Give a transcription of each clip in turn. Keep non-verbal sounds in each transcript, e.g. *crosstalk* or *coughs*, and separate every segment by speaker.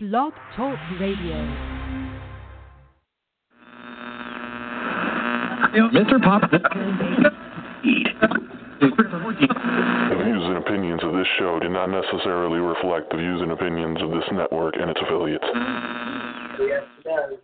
Speaker 1: Blog Talk Radio.
Speaker 2: Mr. Pop.
Speaker 3: The views and opinions of this show do not necessarily reflect the views and opinions of this network and its affiliates.
Speaker 2: é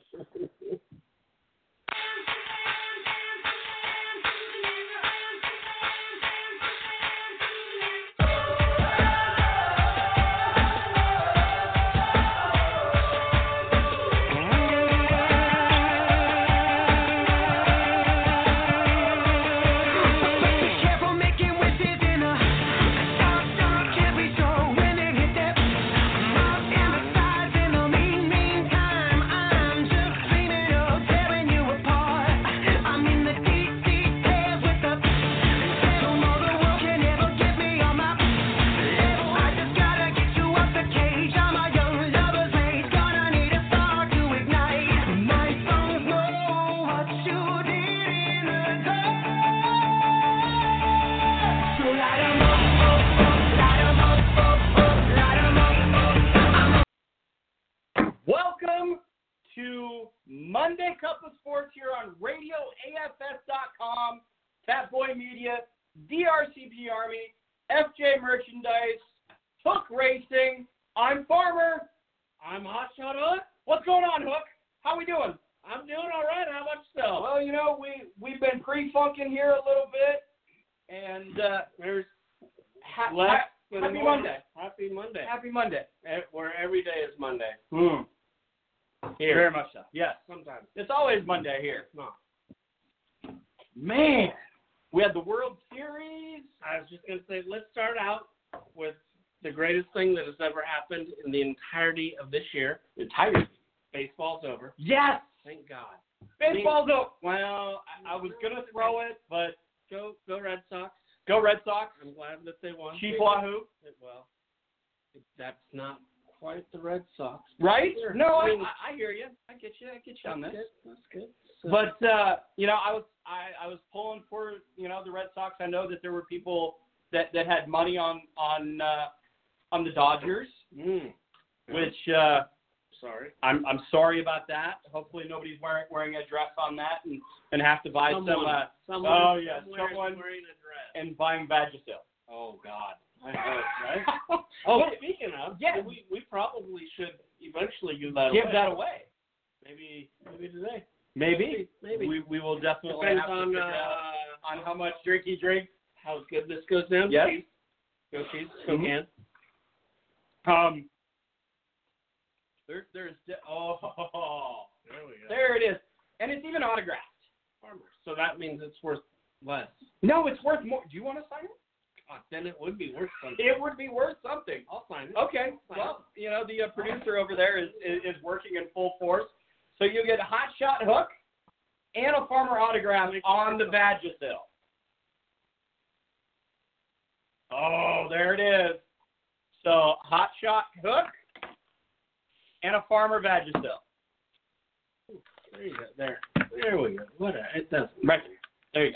Speaker 2: Welcome to Monday Cup of Sports here on RadioAFS.com, Fat Boy Media, DRCP Army, FJ Merchandise, Hook Racing. I'm Farmer. I'm Hotshot Hook. What's going on, Hook? How we doing? I'm doing all right. How about yourself? Well, you know, we we've been pre-funking here a little bit, and uh, there's ha-
Speaker 4: left
Speaker 2: ha-
Speaker 4: for the
Speaker 2: happy
Speaker 4: morning.
Speaker 2: Monday.
Speaker 4: Happy Monday.
Speaker 2: Happy Monday.
Speaker 4: E- Where every day is Monday.
Speaker 2: Here. Very much so. Yes.
Speaker 4: Sometimes.
Speaker 2: It's always Monday here.
Speaker 4: It's not.
Speaker 2: Man, we had the World Series.
Speaker 4: I was just going to say, let's start out with the greatest thing that has ever happened in the entirety of this year.
Speaker 2: Entirely.
Speaker 4: Baseball's over.
Speaker 2: Yes.
Speaker 4: Thank God.
Speaker 2: Baseball's up.
Speaker 4: Well,
Speaker 2: I was gonna throw it, but
Speaker 4: Go, go Red Sox.
Speaker 2: go Red Sox.
Speaker 4: I'm glad that they won.
Speaker 2: Chief Wahoo.
Speaker 4: Well, that's not quite the Red Sox.
Speaker 2: Right?
Speaker 4: Sure.
Speaker 2: No, I,
Speaker 4: I mean-
Speaker 2: I I hear you. I get you. I get you on this.
Speaker 4: That's good. That's good. So-
Speaker 2: But uh, you know, I was I, I was pulling for you know the Red Sox. I know that there were people that that had money on on uh, on the Dodgers,
Speaker 4: Mm,
Speaker 2: which uh,
Speaker 4: sorry.
Speaker 2: I'm I'm sorry about that. Hopefully nobody's wearing wearing a dress on that and and have to buy some uh,
Speaker 4: someone,
Speaker 2: oh, yeah,
Speaker 4: somewhere is
Speaker 2: someone-
Speaker 4: wearing a dress.
Speaker 2: and buying Vagisil.
Speaker 4: Oh God. I know, right?
Speaker 2: Right?
Speaker 4: Oh,
Speaker 2: But-
Speaker 4: speaking of,
Speaker 2: yeah.
Speaker 4: we we probably should eventually give that
Speaker 2: give
Speaker 4: away.
Speaker 2: that away.
Speaker 4: maybe maybe today.
Speaker 2: Maybe.
Speaker 4: Maybe.
Speaker 2: *laughs* We, we will definitely
Speaker 4: Depends
Speaker 2: have to
Speaker 4: on
Speaker 2: figure
Speaker 4: uh,
Speaker 2: out on how much drink he drinks.
Speaker 4: how good this goes down.
Speaker 2: Yes.
Speaker 4: Go Chiefs. Go
Speaker 2: Mhm.
Speaker 4: Cans.
Speaker 2: Um, there, there's de- oh,
Speaker 4: There we go.
Speaker 2: there it is, and it's even autographed.
Speaker 4: Farmers. So that means it's worth less.
Speaker 2: No, it's worth more. Do you want to sign it?
Speaker 4: God, then it would be worth something.
Speaker 2: It would be worth something.
Speaker 4: I'll sign it.
Speaker 2: Okay. Well, you know the uh, producer over there is, is is working in full force, so you get a hot shot hook and a farmer autograph on the Vagisil. Oh, there it is. So hot shot hook and a farmer Vagisil.
Speaker 4: There you go. There. There we go. What a, it does.
Speaker 2: Right. There you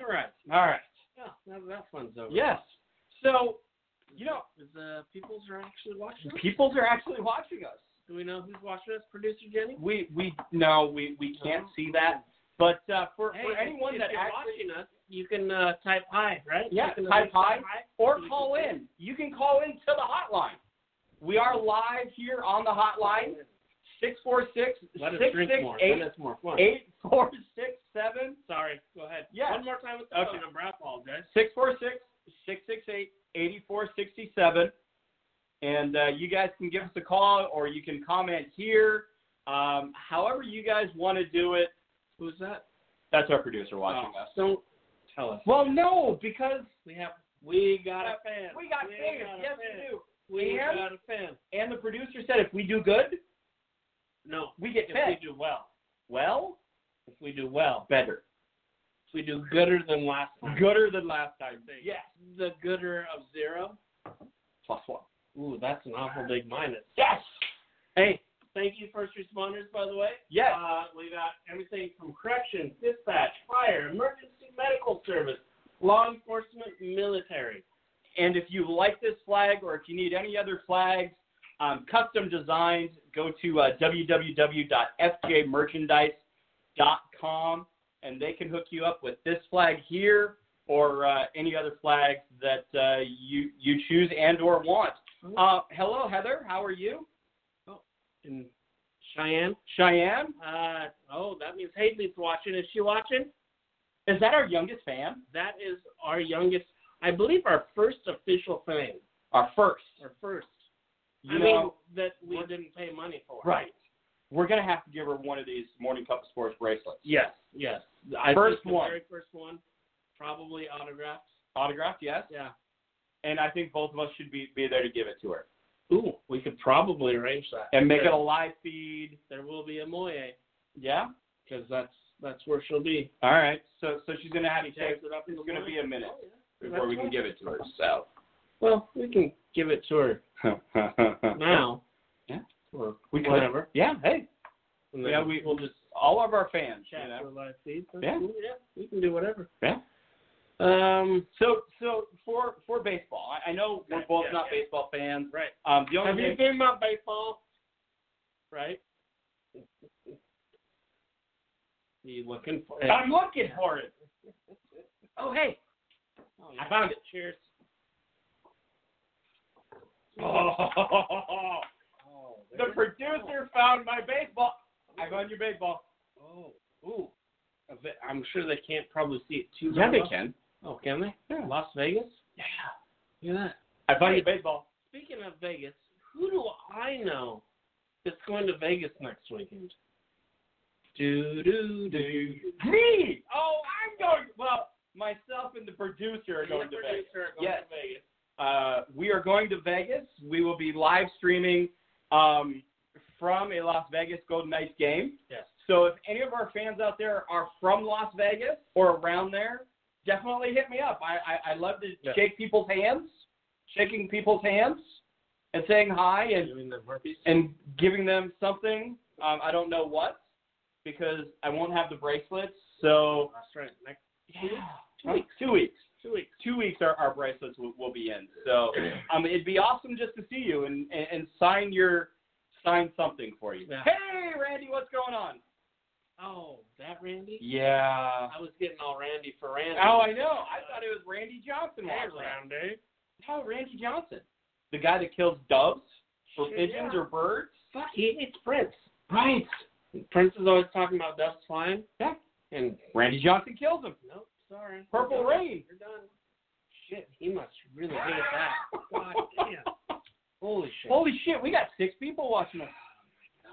Speaker 4: All right.
Speaker 2: go. All right.
Speaker 4: Yeah, that, that one's over.
Speaker 2: Yes. So you know,
Speaker 4: Is uh, peoples are actually watching? us?
Speaker 2: peoples are actually watching us.
Speaker 4: Do we know who's watching us? Producer Jenny.
Speaker 2: We we no we we can't see that. But uh, for
Speaker 4: Hey,
Speaker 2: for anyone
Speaker 4: if
Speaker 2: that
Speaker 4: you're
Speaker 2: actually
Speaker 4: watching us, you can uh, type hi, right?
Speaker 2: Yeah,
Speaker 4: You can
Speaker 2: type hi. or
Speaker 4: You
Speaker 2: call
Speaker 4: can-
Speaker 2: in. You can call in to the hotline. We are live here on the hotline, 646
Speaker 4: Let us drink more. Then it's more fun.
Speaker 2: 8467.
Speaker 4: Sorry, go ahead.
Speaker 2: Yeah.
Speaker 4: One more time with the
Speaker 2: Okay.
Speaker 4: phone number. I apologize.
Speaker 2: 646 668 8467. And uh, you guys can give us a call or you can comment here. Um, however, you guys want to do it,
Speaker 4: Who's that?
Speaker 2: that's our producer watching
Speaker 4: Oh,
Speaker 2: us.
Speaker 4: Don't tell us.
Speaker 2: Well, no, because
Speaker 4: We have. We got a fan.
Speaker 2: we got fans.
Speaker 4: got a
Speaker 2: Yes,
Speaker 4: fan.
Speaker 2: we do.
Speaker 4: We
Speaker 2: And-
Speaker 4: got a fan.
Speaker 2: And the producer said if we do good,
Speaker 4: No.
Speaker 2: we get
Speaker 4: If
Speaker 2: fed.
Speaker 4: we do well.
Speaker 2: Well,
Speaker 4: If we do well.
Speaker 2: better.
Speaker 4: If we do gooder than last time.
Speaker 2: Gooder than last time.
Speaker 4: Thank you.
Speaker 2: Yes.
Speaker 4: The gooder of zero.
Speaker 2: Plus one.
Speaker 4: Ooh, that's an awful big minus.
Speaker 2: Yes.
Speaker 4: Hey, thank you, first responders, by the way.
Speaker 2: Yes.
Speaker 4: Uh, we got everything from corrections, dispatch, fire, emergency medical service, law enforcement, military.
Speaker 2: And if you like this flag or if you need any other flags, um, custom designs, go to uh, www.fjmerchandise.com and they can hook you up with this flag here or uh, any other flags that uh, you you choose and or want. Uh, hello, Heather. How are you?
Speaker 4: in Cheyenne.
Speaker 2: Cheyenne,
Speaker 4: Uh, oh, that means Haley's watching. Is she watching?
Speaker 2: is that our youngest fan?
Speaker 4: That is our youngest, I believe, our first official fan.
Speaker 2: Our first.
Speaker 4: Our first.
Speaker 2: You
Speaker 4: I
Speaker 2: know,
Speaker 4: mean, that we
Speaker 2: we're-
Speaker 4: didn't pay money for.
Speaker 2: right. We're gonna have to give her one of these Morning Cup of Sports bracelets.
Speaker 4: Yes, yes. I
Speaker 2: First
Speaker 4: think the
Speaker 2: one.
Speaker 4: very first one, probably autographs.
Speaker 2: Autographed, yes.
Speaker 4: Yeah.
Speaker 2: And I think both of us should be be there to give it to her
Speaker 4: Ooh, we could probably arrange that.
Speaker 2: and make it
Speaker 4: there,
Speaker 2: a live feed.
Speaker 4: There will be a moye
Speaker 2: Yeah.
Speaker 4: because that's that's where she'll be.
Speaker 2: All right. So so she's gonna have to
Speaker 4: She
Speaker 2: take
Speaker 4: takes it up in
Speaker 2: It's
Speaker 4: the
Speaker 2: gonna
Speaker 4: moye.
Speaker 2: be a minute
Speaker 4: Oh, yeah.
Speaker 2: before we
Speaker 4: That's
Speaker 2: can
Speaker 4: right.
Speaker 2: give it to her. So.
Speaker 4: Well, we can give it to *laughs* her now.
Speaker 2: Yeah.
Speaker 4: Or
Speaker 2: We could.
Speaker 4: whatever.
Speaker 2: Yeah. Hey.
Speaker 4: And then
Speaker 2: Yeah. We
Speaker 4: we'll just
Speaker 2: all of our fans.
Speaker 4: chat
Speaker 2: You know?
Speaker 4: for a live feed. That's
Speaker 2: Yeah.
Speaker 4: cool. yeah. We can do whatever.
Speaker 2: Yeah.
Speaker 4: Um.
Speaker 2: So so for for baseball, I, I know we're
Speaker 4: Yeah,
Speaker 2: both
Speaker 4: yeah,
Speaker 2: not
Speaker 4: yeah.
Speaker 2: baseball fans.
Speaker 4: Right.
Speaker 2: Um, the
Speaker 4: Have
Speaker 2: only
Speaker 4: you
Speaker 2: thing,
Speaker 4: seen my baseball? Right. You looking for it?
Speaker 2: I'm looking for it. Oh hey.
Speaker 4: Oh, I found it. Cheers.
Speaker 2: Oh, *laughs* the producer found my baseball. I found your baseball.
Speaker 4: Oh, ooh. A bit- I'm sure they can't probably see it too
Speaker 2: Yeah, they
Speaker 4: well.
Speaker 2: can.
Speaker 4: Oh, can they?
Speaker 2: Yeah.
Speaker 4: Las Vegas?
Speaker 2: Yeah.
Speaker 4: Look at that.
Speaker 2: I found your baseball.
Speaker 4: Speaking of Vegas, who do I know that's going to Vegas next weekend? Do, do, do.
Speaker 2: Me. Oh, I'm going. Well, myself and the producer are going to Vegas. Yes. Uh, we are going to Vegas. We will be live streaming um, from a Las Vegas Golden Knights game.
Speaker 4: Yes.
Speaker 2: So if any of our fans out there are from Las Vegas or around there, definitely hit me up. I I, I love to
Speaker 4: Yeah.
Speaker 2: shake people's hands, shaking people's hands, and saying hi and
Speaker 4: Doing the herpes.
Speaker 2: and giving them something. Um, I don't know what because I won't have the bracelets. So
Speaker 4: That's right. Next
Speaker 2: two weeks. Two weeks.
Speaker 4: two weeks.
Speaker 2: Two weeks. Our, our bracelets will, will be in. So um, it'd be awesome just to see you and, and, and sign your sign something for you.
Speaker 4: Yeah.
Speaker 2: Hey, Randy, what's going on?
Speaker 4: Oh, that Randy?
Speaker 2: Yeah.
Speaker 4: I was getting all Randy for Randy.
Speaker 2: Oh, I know. I thought it was Randy Johnson.
Speaker 4: Hey,
Speaker 2: walking around. No,
Speaker 4: Randy.
Speaker 2: Oh, Randy Johnson, the guy that kills doves or
Speaker 4: Shit,
Speaker 2: pigeons
Speaker 4: yeah.
Speaker 2: or birds.
Speaker 4: Fuck, he hates Prince.
Speaker 2: Right.
Speaker 4: Prince is always talking about dust flying.
Speaker 2: Yeah.
Speaker 4: And
Speaker 2: Randy Johnson kills him.
Speaker 4: nope, sorry.
Speaker 2: Purple
Speaker 4: You're done.
Speaker 2: Rain.
Speaker 4: You're done. Shit, he must really hate
Speaker 2: *laughs*
Speaker 4: that. God damn. Holy shit.
Speaker 2: Holy shit, we got six people watching us.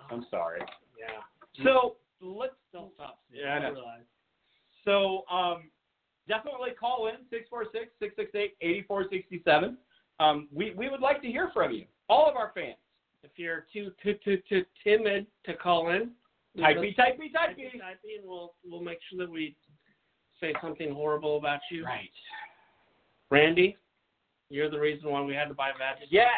Speaker 2: I'm sorry.
Speaker 4: yeah.
Speaker 2: So let's
Speaker 4: Don't stop. Steve.
Speaker 2: Yeah, I know.
Speaker 4: realize.
Speaker 2: so um definitely call in 646-668-8467. Um we, we would like to hear from you. All of our fans.
Speaker 4: If you're too too too too timid to call in,
Speaker 2: Type me, type me, type
Speaker 4: type
Speaker 2: me.
Speaker 4: in, type in. We'll we'll make sure that we say something horrible about you.
Speaker 2: Right.
Speaker 4: Randy, you're the reason why we had to buy magic. *laughs*
Speaker 2: Yes.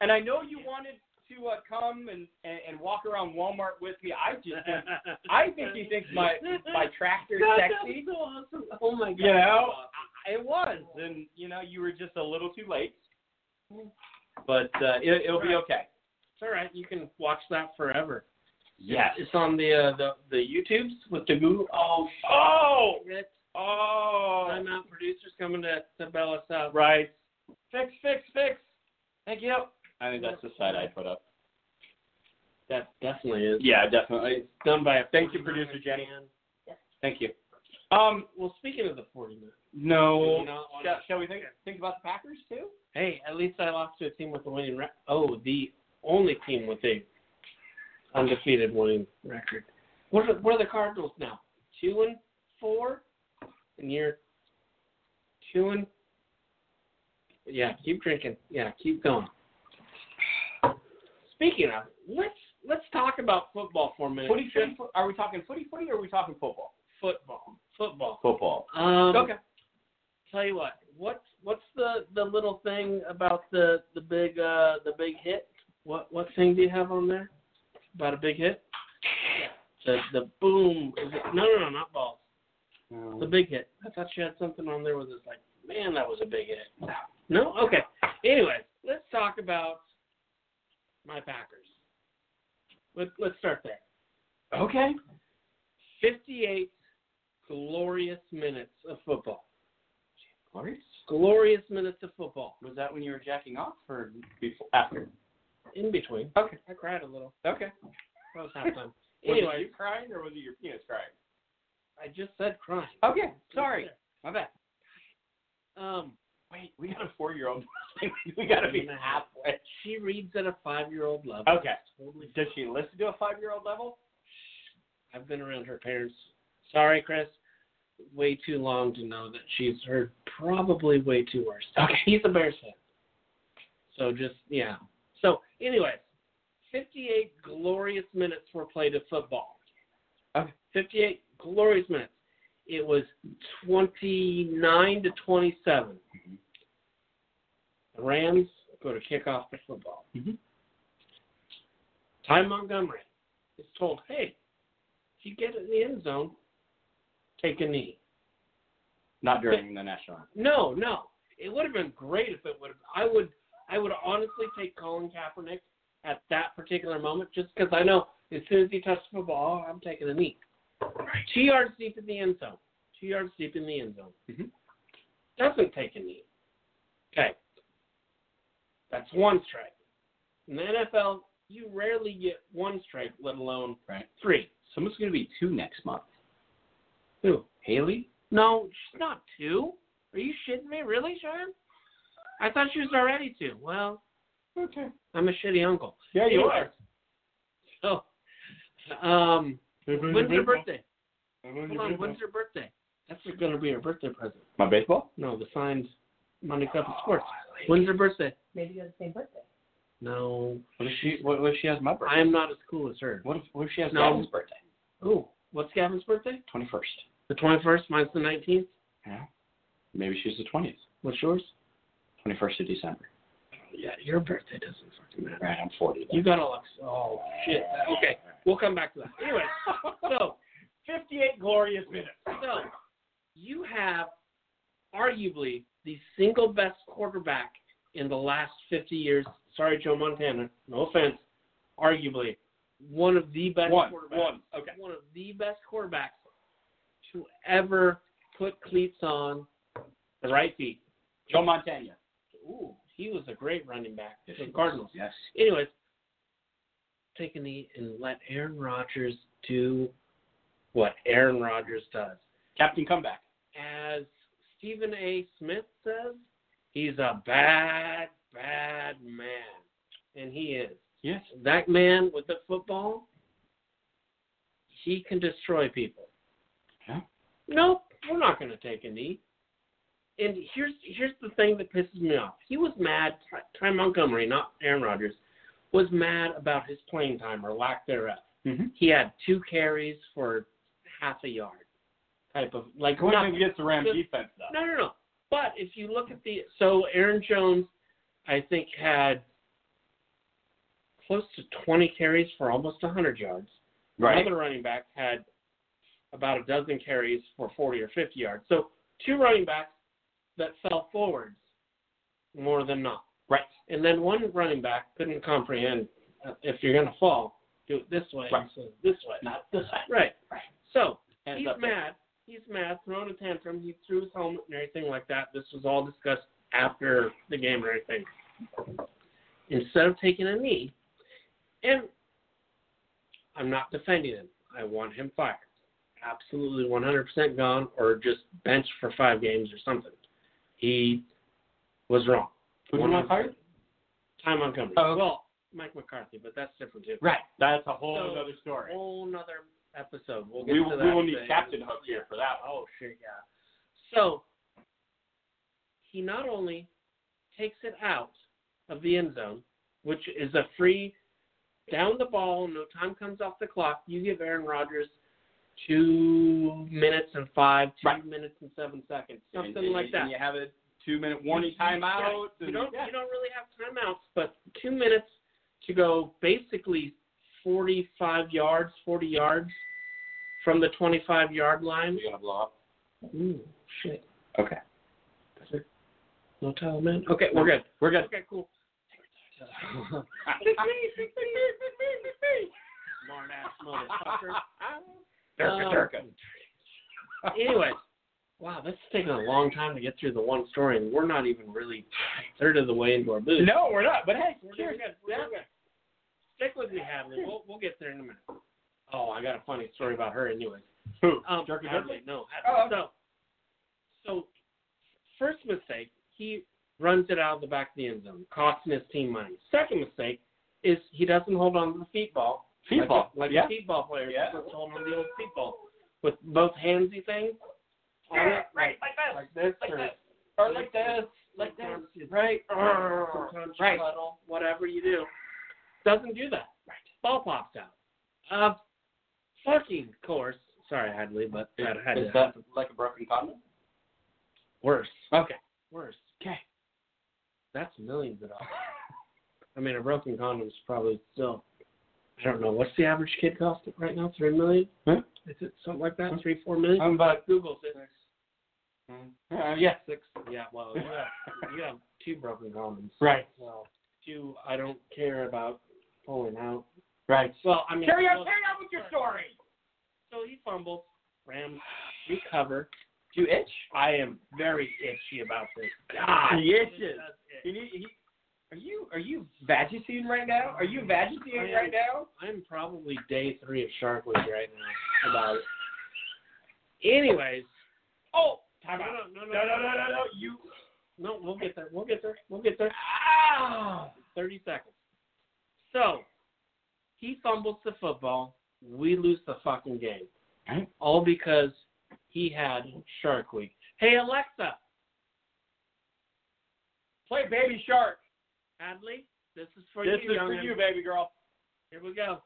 Speaker 2: And I know you wanted to uh, come and, and, and walk around Walmart with me. I just think I think he thinks my my
Speaker 4: *laughs*
Speaker 2: tractor's
Speaker 4: God, that
Speaker 2: sexy.
Speaker 4: was so awesome. Oh my god.
Speaker 2: You know, I- it was, and you know, you were just a little too late. But uh, it, it'll be okay.
Speaker 4: It's all right. You can watch that forever.
Speaker 2: Yes.
Speaker 4: It's on the uh, the the YouTubes with the goo. Oh.
Speaker 2: Oh,
Speaker 4: shit.
Speaker 2: oh,
Speaker 4: Time out. Producers coming to to bail us out.
Speaker 2: right. Fix, fix, fix. Thank you. I think that's the side I put up.
Speaker 4: That definitely is.
Speaker 2: Yeah, definitely.
Speaker 4: Done by a.
Speaker 2: Thank you, producer Jenny. Thank you. Um,
Speaker 4: Well, speaking of the 49ers,
Speaker 2: no.
Speaker 4: you know, on-
Speaker 2: Shall, shall we think think about the Packers too?
Speaker 4: hey, at least I lost to a team with a winning record. Oh, the only team with a undefeated winning record. What are, what are the Cardinals now? Two and four, and you're two and yeah. Keep drinking. Yeah, keep going. Speaking of, let's let's talk about football for a minute.
Speaker 2: Footy, footy, fo- are we talking footy, footy, or are we talking football?
Speaker 4: football, football.
Speaker 2: Football.
Speaker 4: Um,
Speaker 2: Okay.
Speaker 4: tell you what, what's what's the the little thing about the the big uh the big hit? What what thing do you have on there about a big hit? The the boom. Is it, no no no not balls. The big hit. I thought you had something on there where it's like, man, that was a big hit. No okay. Anyways, let's talk about my Packers. Let, let's start there.
Speaker 2: Okay.
Speaker 4: 58 glorious minutes of football.
Speaker 2: Glorious.
Speaker 4: Glorious minutes of football.
Speaker 2: Was that when you were jacking off or before, after?
Speaker 4: In between,
Speaker 2: Okay.
Speaker 4: I cried a little.
Speaker 2: Okay.
Speaker 4: That was halftime.
Speaker 2: *laughs* was it
Speaker 4: anyway,
Speaker 2: you crying or was it your penis crying?
Speaker 4: I just said crying.
Speaker 2: Okay. Oh, Sorry. My bad.
Speaker 4: Um,
Speaker 2: Wait, we got a four year old. *laughs* we got to be halfway.
Speaker 4: she reads at a five-year-old level.
Speaker 2: Okay.
Speaker 4: Totally.
Speaker 2: Does she listen to a five year old level?
Speaker 4: I've been around her parents. Sorry, Chris. Way too long to know that she's heard probably way too worse. *laughs*
Speaker 2: Okay.
Speaker 4: He's a Bears fan. So just yeah. So anyway, 58 glorious minutes were played of football.
Speaker 2: Okay.
Speaker 4: 58 glorious minutes. It was 29 to 27. The Rams go to kick off the football.
Speaker 2: Mhm.
Speaker 4: Ty Montgomery is told, "Hey, if you get in the end zone, take a knee."
Speaker 2: Not during the national anthem.
Speaker 4: No, no. It would have been great if it would have. I would. I would honestly take Colin Kaepernick at that particular moment, just because I know as soon as he touched the football, oh, I'm taking a knee. Two yards deep in the end zone. Two yards deep in the end zone.
Speaker 2: Mhm.
Speaker 4: Doesn't take a knee. Okay. That's one strike. In the NFL, you rarely get one strike, let alone
Speaker 2: Right.
Speaker 4: three.
Speaker 2: Someone's going to be two next month.
Speaker 4: Who?
Speaker 2: Haley?
Speaker 4: No, she's not two. Are you shitting me? Really, Sean? I thought she was already two. Well,
Speaker 2: Okay.
Speaker 4: I'm a shitty uncle.
Speaker 2: Yeah, you are.
Speaker 4: So, um, when's your birthday? Hold on, when's
Speaker 3: When's
Speaker 4: your birthday? That's going to be your birthday present.
Speaker 2: My baseball?
Speaker 4: No, the signed Monday Cup
Speaker 2: Oh,
Speaker 4: of Sports. When's your birthday?
Speaker 1: Maybe you have the same birthday.
Speaker 4: No,
Speaker 2: What if she, what if she has my birthday?
Speaker 4: I am not as cool as her.
Speaker 2: What if, what if she has
Speaker 4: No.
Speaker 2: Gavin's birthday?
Speaker 4: Ooh, what's Gavin's birthday?
Speaker 2: 21st.
Speaker 4: The 21st, mine's the 19th.
Speaker 2: Yeah. Maybe she's the 20th.
Speaker 4: What's yours?
Speaker 2: 21st of December.
Speaker 4: Yeah, your birthday doesn't fucking matter.
Speaker 2: Right, I'm 40.
Speaker 4: You got Alexa. Oh, shit. Okay, we'll come back to that. Anyway,
Speaker 2: *laughs*
Speaker 4: so.
Speaker 2: 58 glorious minutes.
Speaker 4: So, you have arguably the single best quarterback in the last 50 years. Sorry, Joe Montana. No offense. Arguably one of the best
Speaker 2: One,
Speaker 4: quarterbacks.
Speaker 2: one, okay.
Speaker 4: One of the best quarterbacks to ever put cleats on the right feet.
Speaker 2: Joe Montana.
Speaker 4: Ooh, he was a great running back for the Cardinals.
Speaker 2: Yes.
Speaker 4: Anyways, take a knee and let Aaron Rodgers do what Aaron Rodgers does
Speaker 2: Captain Comeback.
Speaker 4: as Stephen A. Smith says, he's a bad, bad man. And he is.
Speaker 2: Yes.
Speaker 4: That man with the football, he can destroy people.
Speaker 2: Yeah.
Speaker 4: Nope, we're not going to take a knee. And here's here's the thing that pisses me off. He was mad. Ty Ty Montgomery, not Aaron Rodgers, was mad about his playing time or lack thereof.
Speaker 2: Mm-hmm.
Speaker 4: He had two carries for half a yard, type of like
Speaker 2: Going
Speaker 4: nothing.
Speaker 2: against the Ram
Speaker 4: Just-
Speaker 2: defense, though.
Speaker 4: No, no, no. But if you look at the so Aaron Jones, I think had close to 20 carries for almost 100 yards. Another running back had about a dozen carries for 40 or 50 yards. So two running backs that fell forwards more than not.
Speaker 2: Right.
Speaker 4: And then one running back couldn't comprehend uh, if you're going to fall, do it this way
Speaker 2: Right.
Speaker 4: instead of this way.
Speaker 2: Not this side.
Speaker 4: Right.
Speaker 2: Right.
Speaker 4: So
Speaker 2: Hands
Speaker 4: he's
Speaker 2: up.
Speaker 4: mad. He's mad, throwing a tantrum. He threw his helmet and everything like that. This was all discussed after the game and everything. Instead of taking a knee, and I'm not defending him. I want him fired. Absolutely 100% gone or just benched for five games or something. He was wrong.
Speaker 2: Who do you want fired?
Speaker 4: Ty Montgomery.
Speaker 2: Oh, okay.
Speaker 4: Well, Mike McCarthy, but that's different too.
Speaker 2: Right. That's a whole
Speaker 4: So-
Speaker 2: other story.
Speaker 4: Whole nother episode. We'll get
Speaker 2: We,
Speaker 4: to
Speaker 2: will-
Speaker 4: that
Speaker 2: we will need
Speaker 4: thing.
Speaker 2: Captain Hook here for that one.
Speaker 4: Oh shit, yeah. So he not only takes it out of the end zone, which is a free down the ball, no time comes off the clock. You give Aaron Rodgers two minutes and five, two
Speaker 2: Right.
Speaker 4: minutes and seven seconds,
Speaker 2: And-
Speaker 4: something
Speaker 2: and-
Speaker 4: like that.
Speaker 2: And you have a two minute warning timeout.
Speaker 4: Yeah. You
Speaker 2: and-
Speaker 4: don't
Speaker 2: yeah.
Speaker 4: you don't really have timeouts, but two minutes to go basically forty five yards, forty yards from the twenty five yard line.
Speaker 2: We're going to blow up.
Speaker 4: Ooh, shit.
Speaker 2: Okay.
Speaker 4: No tell, man. Okay, we're good. *laughs*
Speaker 2: We're good.
Speaker 4: Okay, cool.
Speaker 2: Pick me, pick me, pick me, pick me.
Speaker 4: Smart ass
Speaker 2: *laughs*
Speaker 4: motherfucker.
Speaker 2: Durka, durka.
Speaker 4: Um, Anyways, wow, this is taking a long time to get through the one story, and we're not even really a third of the way into our booth.
Speaker 2: No, we're not. But hey,
Speaker 4: We're doing
Speaker 2: cheers.
Speaker 4: good. We're doing good. Stick with me, Hadley. We'll, we'll get there in a minute. Oh, I got a funny story about her, anyways.
Speaker 2: Who?
Speaker 4: Um,
Speaker 2: Jerky
Speaker 4: Hadley, no.
Speaker 2: Oh,
Speaker 4: Hadley. So, so, first mistake, he runs it out of the back of the end zone, costing his team money. Second mistake is he doesn't hold on to the feet ball.
Speaker 2: Feet
Speaker 4: like
Speaker 2: ball,
Speaker 4: A, like
Speaker 2: yeah.
Speaker 4: a feet ball player
Speaker 2: Yeah.
Speaker 4: doesn't hold on to the old feet ball with both handsy things. on it,
Speaker 2: *laughs* Right,
Speaker 4: like,
Speaker 2: like this.
Speaker 4: like this.
Speaker 2: like
Speaker 4: or-
Speaker 2: this. Or like this. Like this.
Speaker 4: Sometimes you-
Speaker 2: Right.
Speaker 4: sometimes you
Speaker 2: Right.
Speaker 4: cuddle, whatever you do. Doesn't do that. Right. Ball pops out. Uh, fucking course. Sorry, Hadley, but that had to happen.
Speaker 2: like a broken condom?
Speaker 4: worse.
Speaker 2: Okay.
Speaker 4: Worse.
Speaker 2: Okay.
Speaker 4: That's millions of dollars. I mean, a broken condom's probably still. I don't know. What's the average kid cost right now? Three million?
Speaker 2: Huh?
Speaker 4: Is it something like that? Three, four million?
Speaker 2: I'm about
Speaker 4: Google it.
Speaker 2: Uh, yeah. *laughs*
Speaker 4: Six. Yeah. Well, you have you have two broken condoms.
Speaker 2: Right.
Speaker 4: Well, two. I don't care about pulling out.
Speaker 2: Right.
Speaker 4: Well, I mean,
Speaker 2: Carry on,
Speaker 4: look,
Speaker 2: carry on with your story.
Speaker 4: So he fumbles, rams, recover.
Speaker 2: Do you itch?
Speaker 4: I am very itchy about this. God,
Speaker 2: He
Speaker 4: this
Speaker 2: itches.
Speaker 4: does itch.
Speaker 2: You need, he, are you are you vagicine right now? Are you vagicine
Speaker 4: I am.
Speaker 2: right now?
Speaker 4: I'm probably day three of Shark Week right now about it. Anyways,
Speaker 2: Oh,
Speaker 4: no,
Speaker 2: time
Speaker 4: no,
Speaker 2: out.
Speaker 4: no, no,
Speaker 2: No, no, no, no, no. You.
Speaker 4: No, we'll get there. We'll get there. We'll get there.
Speaker 2: Ah.
Speaker 4: 30 seconds. So, he fumbles the football. We lose the fucking game.
Speaker 2: Right.
Speaker 4: All because he had Shark Week. Hey, Alexa,
Speaker 2: Play Baby Shark.
Speaker 4: Hadley, this is for
Speaker 2: This
Speaker 4: you.
Speaker 2: is for
Speaker 4: young'un.
Speaker 2: you, baby girl.
Speaker 4: Here we go.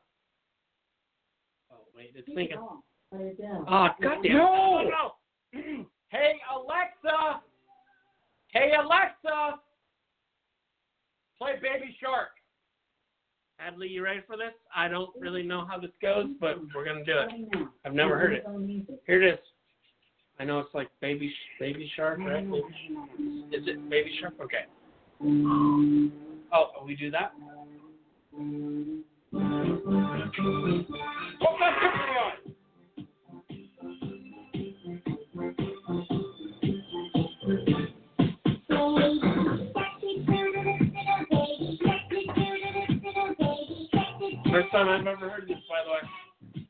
Speaker 4: Oh, wait, it's
Speaker 1: Speak
Speaker 4: thinking.
Speaker 1: off. Let it down.
Speaker 4: Oh, goddamn.
Speaker 2: No!
Speaker 4: Oh, no.
Speaker 2: hey Alexa. Hey Alexa. Play Baby Shark.
Speaker 4: Hadley, you ready for this? I don't really know how this goes, but we're going to do it. I've never heard it. Here it is. I know it's like Baby sh- baby Shark, right? Baby sh- is it Baby Shark? Okay. Oh, we do that?
Speaker 2: Put my Tiffany
Speaker 4: First time I've ever heard this, by the way.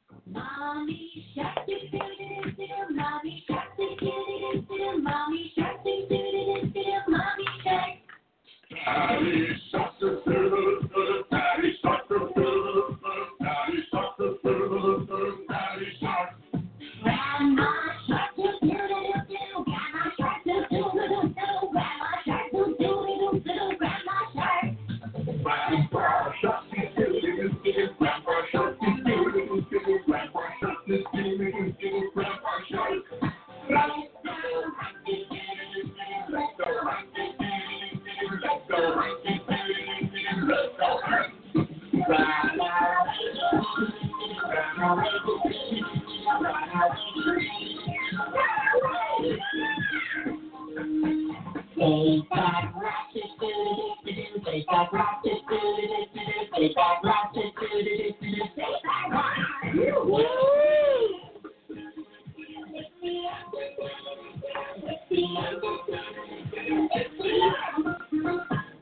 Speaker 2: on.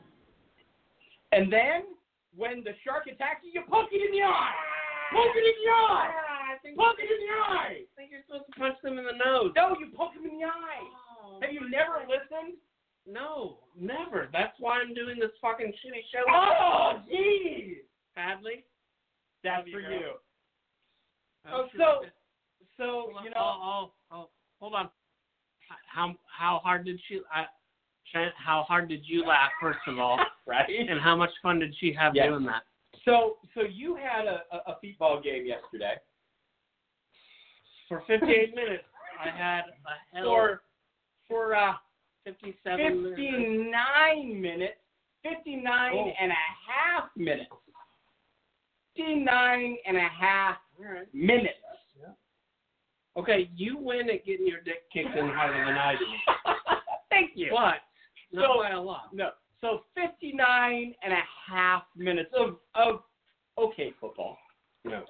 Speaker 2: And then when the shark attacks you, you poke it in the eye. Poke it in the eye. Poke it in the eye.
Speaker 4: I think you're supposed to punch them in the nose.
Speaker 2: No, you poke him in the eye. Have you never listened?
Speaker 4: No, never. That's why I'm doing this fucking shitty show.
Speaker 2: Oh, jeez.
Speaker 4: Hadley?
Speaker 2: That's
Speaker 4: Love
Speaker 2: for
Speaker 4: you, girl.
Speaker 2: you.
Speaker 4: I'm
Speaker 2: Oh,
Speaker 4: sure
Speaker 2: so,
Speaker 4: that-
Speaker 2: so
Speaker 4: Hold on.
Speaker 2: you
Speaker 4: oh, *laughs*
Speaker 2: know,
Speaker 4: oh, oh, hold on. How how hard did she? I, Trent, how hard did you laugh first of all,
Speaker 2: right?
Speaker 4: *laughs* and how much fun did she have
Speaker 2: Yes.
Speaker 4: doing that?
Speaker 2: So, so you had a, a, a feetball game yesterday.
Speaker 4: For 58 minutes, I had a hell
Speaker 2: For
Speaker 4: for uh 57 minutes.
Speaker 2: 59 minutes, 59
Speaker 4: Oh.
Speaker 2: and a half minutes. 59 and a half minutes.
Speaker 4: Okay, you win at getting *laughs* your dick kicked in harder than I do,
Speaker 2: Thank you.
Speaker 4: but
Speaker 2: So-
Speaker 4: not by a lot.
Speaker 2: No. So 59 and a half minutes of, of okay football.
Speaker 4: No.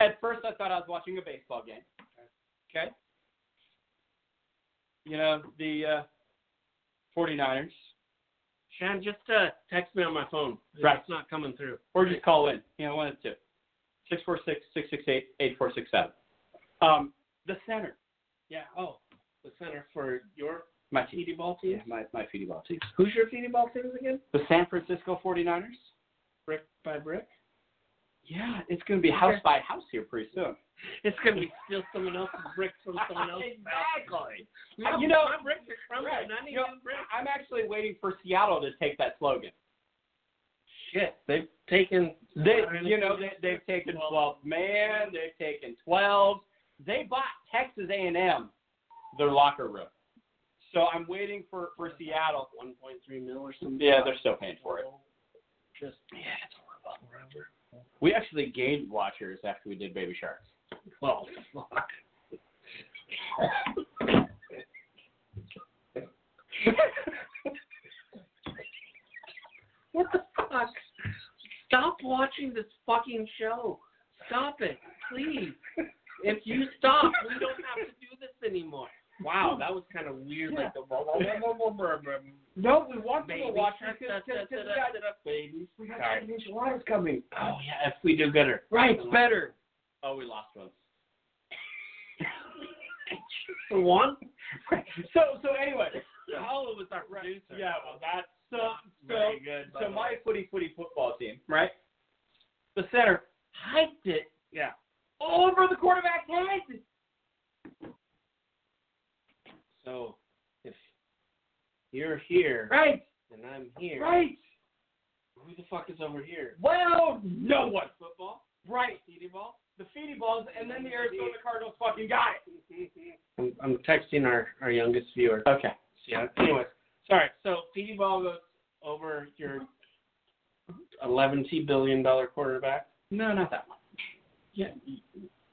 Speaker 2: At first, I thought I was watching a baseball game. Okay. You know, the uh, 49ers.
Speaker 4: Shan, just uh, text me on my phone.
Speaker 2: Right.
Speaker 4: It's not coming through.
Speaker 2: Or just call in. You know, one of the two. 646 668 8467. Um, the center.
Speaker 4: Yeah. Oh, the center for your
Speaker 2: My team.
Speaker 4: feedy ball team.
Speaker 2: Yeah, my, my feety ball team.
Speaker 4: Who's your feedy ball team again?
Speaker 2: The San Francisco 49ers?
Speaker 4: Brick by brick.
Speaker 2: Yeah, it's going to be house
Speaker 4: Okay.
Speaker 2: by house here pretty soon.
Speaker 4: It's gonna be still someone else's bricks from someone else's. *laughs*
Speaker 2: exactly.
Speaker 4: My,
Speaker 2: You know-
Speaker 4: my bricks are crumbling.
Speaker 2: Right.
Speaker 4: I need
Speaker 2: You know,
Speaker 4: new bricks.
Speaker 2: I'm actually waiting for Seattle to take that slogan.
Speaker 4: Shit, they've taken.
Speaker 2: They, you know, they, they've taken 12 man, they've taken 12. They bought Texas A&M, their locker room. So I'm waiting for, for Seattle.
Speaker 4: 1.3 mil or something.
Speaker 2: Yeah, they're still paying for it.
Speaker 4: Just
Speaker 2: Yeah, it's horrible. We actually gained watchers after we did Baby Sharks.
Speaker 4: well, fuck. What the fuck? Stop watching this fucking show. Stop it, please. If you stop, we don't have to do this anymore. Wow, that was kind of weird. Like the blah, blah, blah, blah, blah, blah, blah.
Speaker 2: No, we want
Speaker 4: Baby, da, da, da, da, da, da, baby. Sorry.
Speaker 2: Nationwide's coming.
Speaker 4: Oh yeah, if we do better.
Speaker 2: Right,
Speaker 4: Then-
Speaker 2: better. Oh, we lost *laughs* one.
Speaker 4: For one.
Speaker 2: *laughs* So, so anyway.
Speaker 4: All of us are producers.
Speaker 2: Yeah, well, that's so. So,
Speaker 4: very good. by
Speaker 2: so
Speaker 4: the
Speaker 2: my
Speaker 4: way.
Speaker 2: footy footy football team, right? The center hiked it
Speaker 4: yeah.
Speaker 2: over the quarterback's head.
Speaker 4: So if you're here
Speaker 2: Right,
Speaker 4: and I'm here,
Speaker 2: right.
Speaker 4: who the fuck is over here?
Speaker 2: Well, no one.
Speaker 4: Football?
Speaker 2: Right.
Speaker 4: CD ball?
Speaker 2: The feety balls, and then the Arizona Cardinals fucking got it.
Speaker 4: I'm, I'm texting our, our youngest viewer.
Speaker 2: Okay.
Speaker 4: Yeah. Anyways, sorry. So PD ball goes over your 11 T billion dollar quarterback.
Speaker 2: No, not that one.
Speaker 4: Yeah.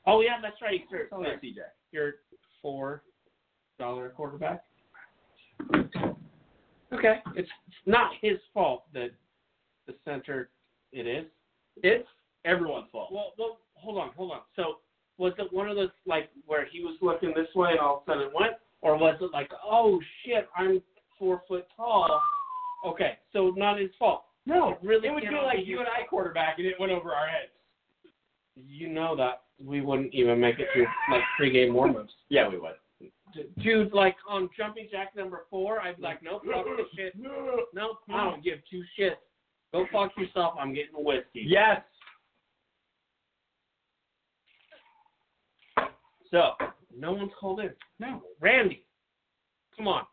Speaker 4: Oh yeah, that's right. Your,
Speaker 2: It's only a CJ.
Speaker 4: your four dollar quarterback. Okay, it's it's not his fault that the center it is.
Speaker 2: It's everyone's fault.
Speaker 4: Well, well, hold on, hold on. So was it one of those like where he was looking this way and all of a sudden it went, or was it like, oh shit, I'm four foot tall? Okay, so not his fault.
Speaker 2: no,
Speaker 4: it really
Speaker 2: It would
Speaker 4: cannot
Speaker 2: feel like
Speaker 4: be
Speaker 2: you
Speaker 4: your-
Speaker 2: and I quarterback, and it went over our heads.
Speaker 4: You know that we wouldn't even make it through like pregame warmups.
Speaker 2: Yeah, we would.
Speaker 4: Dude, like on jumping jack number four, I'd be like, nope, fuck this *laughs* shit. Nope, I don't give two shits. Go fuck yourself. I'm getting a whiskey.
Speaker 2: Yes. So
Speaker 4: No one's called in.
Speaker 2: no,
Speaker 4: Randy, come on,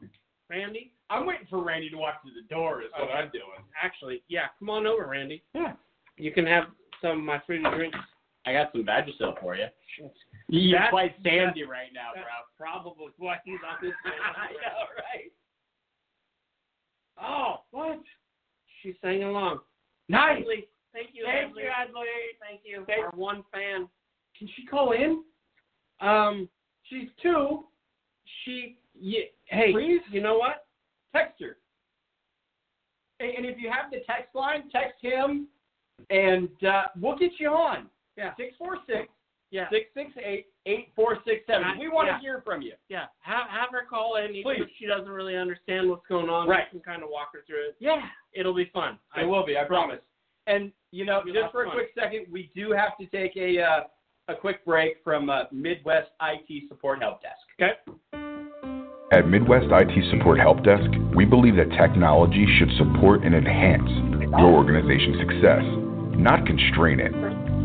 Speaker 4: Randy.
Speaker 2: I'm waiting for Randy to walk through the door. Is what
Speaker 4: Okay.
Speaker 2: I'm doing.
Speaker 4: Actually, yeah, come on over, Randy.
Speaker 2: Yeah.
Speaker 4: You can have some of my fruity drinks.
Speaker 2: I got some Vagisil for you.
Speaker 4: Shit.
Speaker 2: You're
Speaker 4: That's-
Speaker 2: quite sandy right now,
Speaker 4: That's
Speaker 2: bro.
Speaker 4: probably why he's on
Speaker 2: *laughs*
Speaker 4: this
Speaker 2: I know, right?
Speaker 4: Oh,
Speaker 2: What?
Speaker 4: she sang along.
Speaker 2: Nice.
Speaker 4: Adley, thank you.
Speaker 2: Thank
Speaker 4: Adley.
Speaker 2: you, Adley.
Speaker 4: Thank you.
Speaker 2: Thank-
Speaker 4: Our one fan.
Speaker 2: Can she call in?
Speaker 4: Um,
Speaker 2: She's two.
Speaker 4: she. Yeah, hey,
Speaker 2: Please?
Speaker 4: you know what?
Speaker 2: Text her. And, and if you have the text line, text him, and uh, we'll get you on.
Speaker 4: Yeah.
Speaker 2: Six four six
Speaker 4: Yeah,
Speaker 2: six six eight eight four six seven. We want to
Speaker 4: Yeah.
Speaker 2: hear from you.
Speaker 4: yeah. Have have her call in, even if
Speaker 2: Please.
Speaker 4: she doesn't really understand what's going on.
Speaker 2: Right.
Speaker 4: We can kind of walk her through it.
Speaker 2: Yeah.
Speaker 4: It'll be fun.
Speaker 2: It will be, I promise. And you know,
Speaker 4: We
Speaker 2: just
Speaker 4: lost
Speaker 2: for a
Speaker 4: one.
Speaker 2: quick second, we do have to take a uh, a quick break from uh, Midwest IT Support Help Desk.
Speaker 4: Okay.
Speaker 5: At Midwest IT Support Help Desk, we believe that technology should support and enhance your organization's success, not constrain it.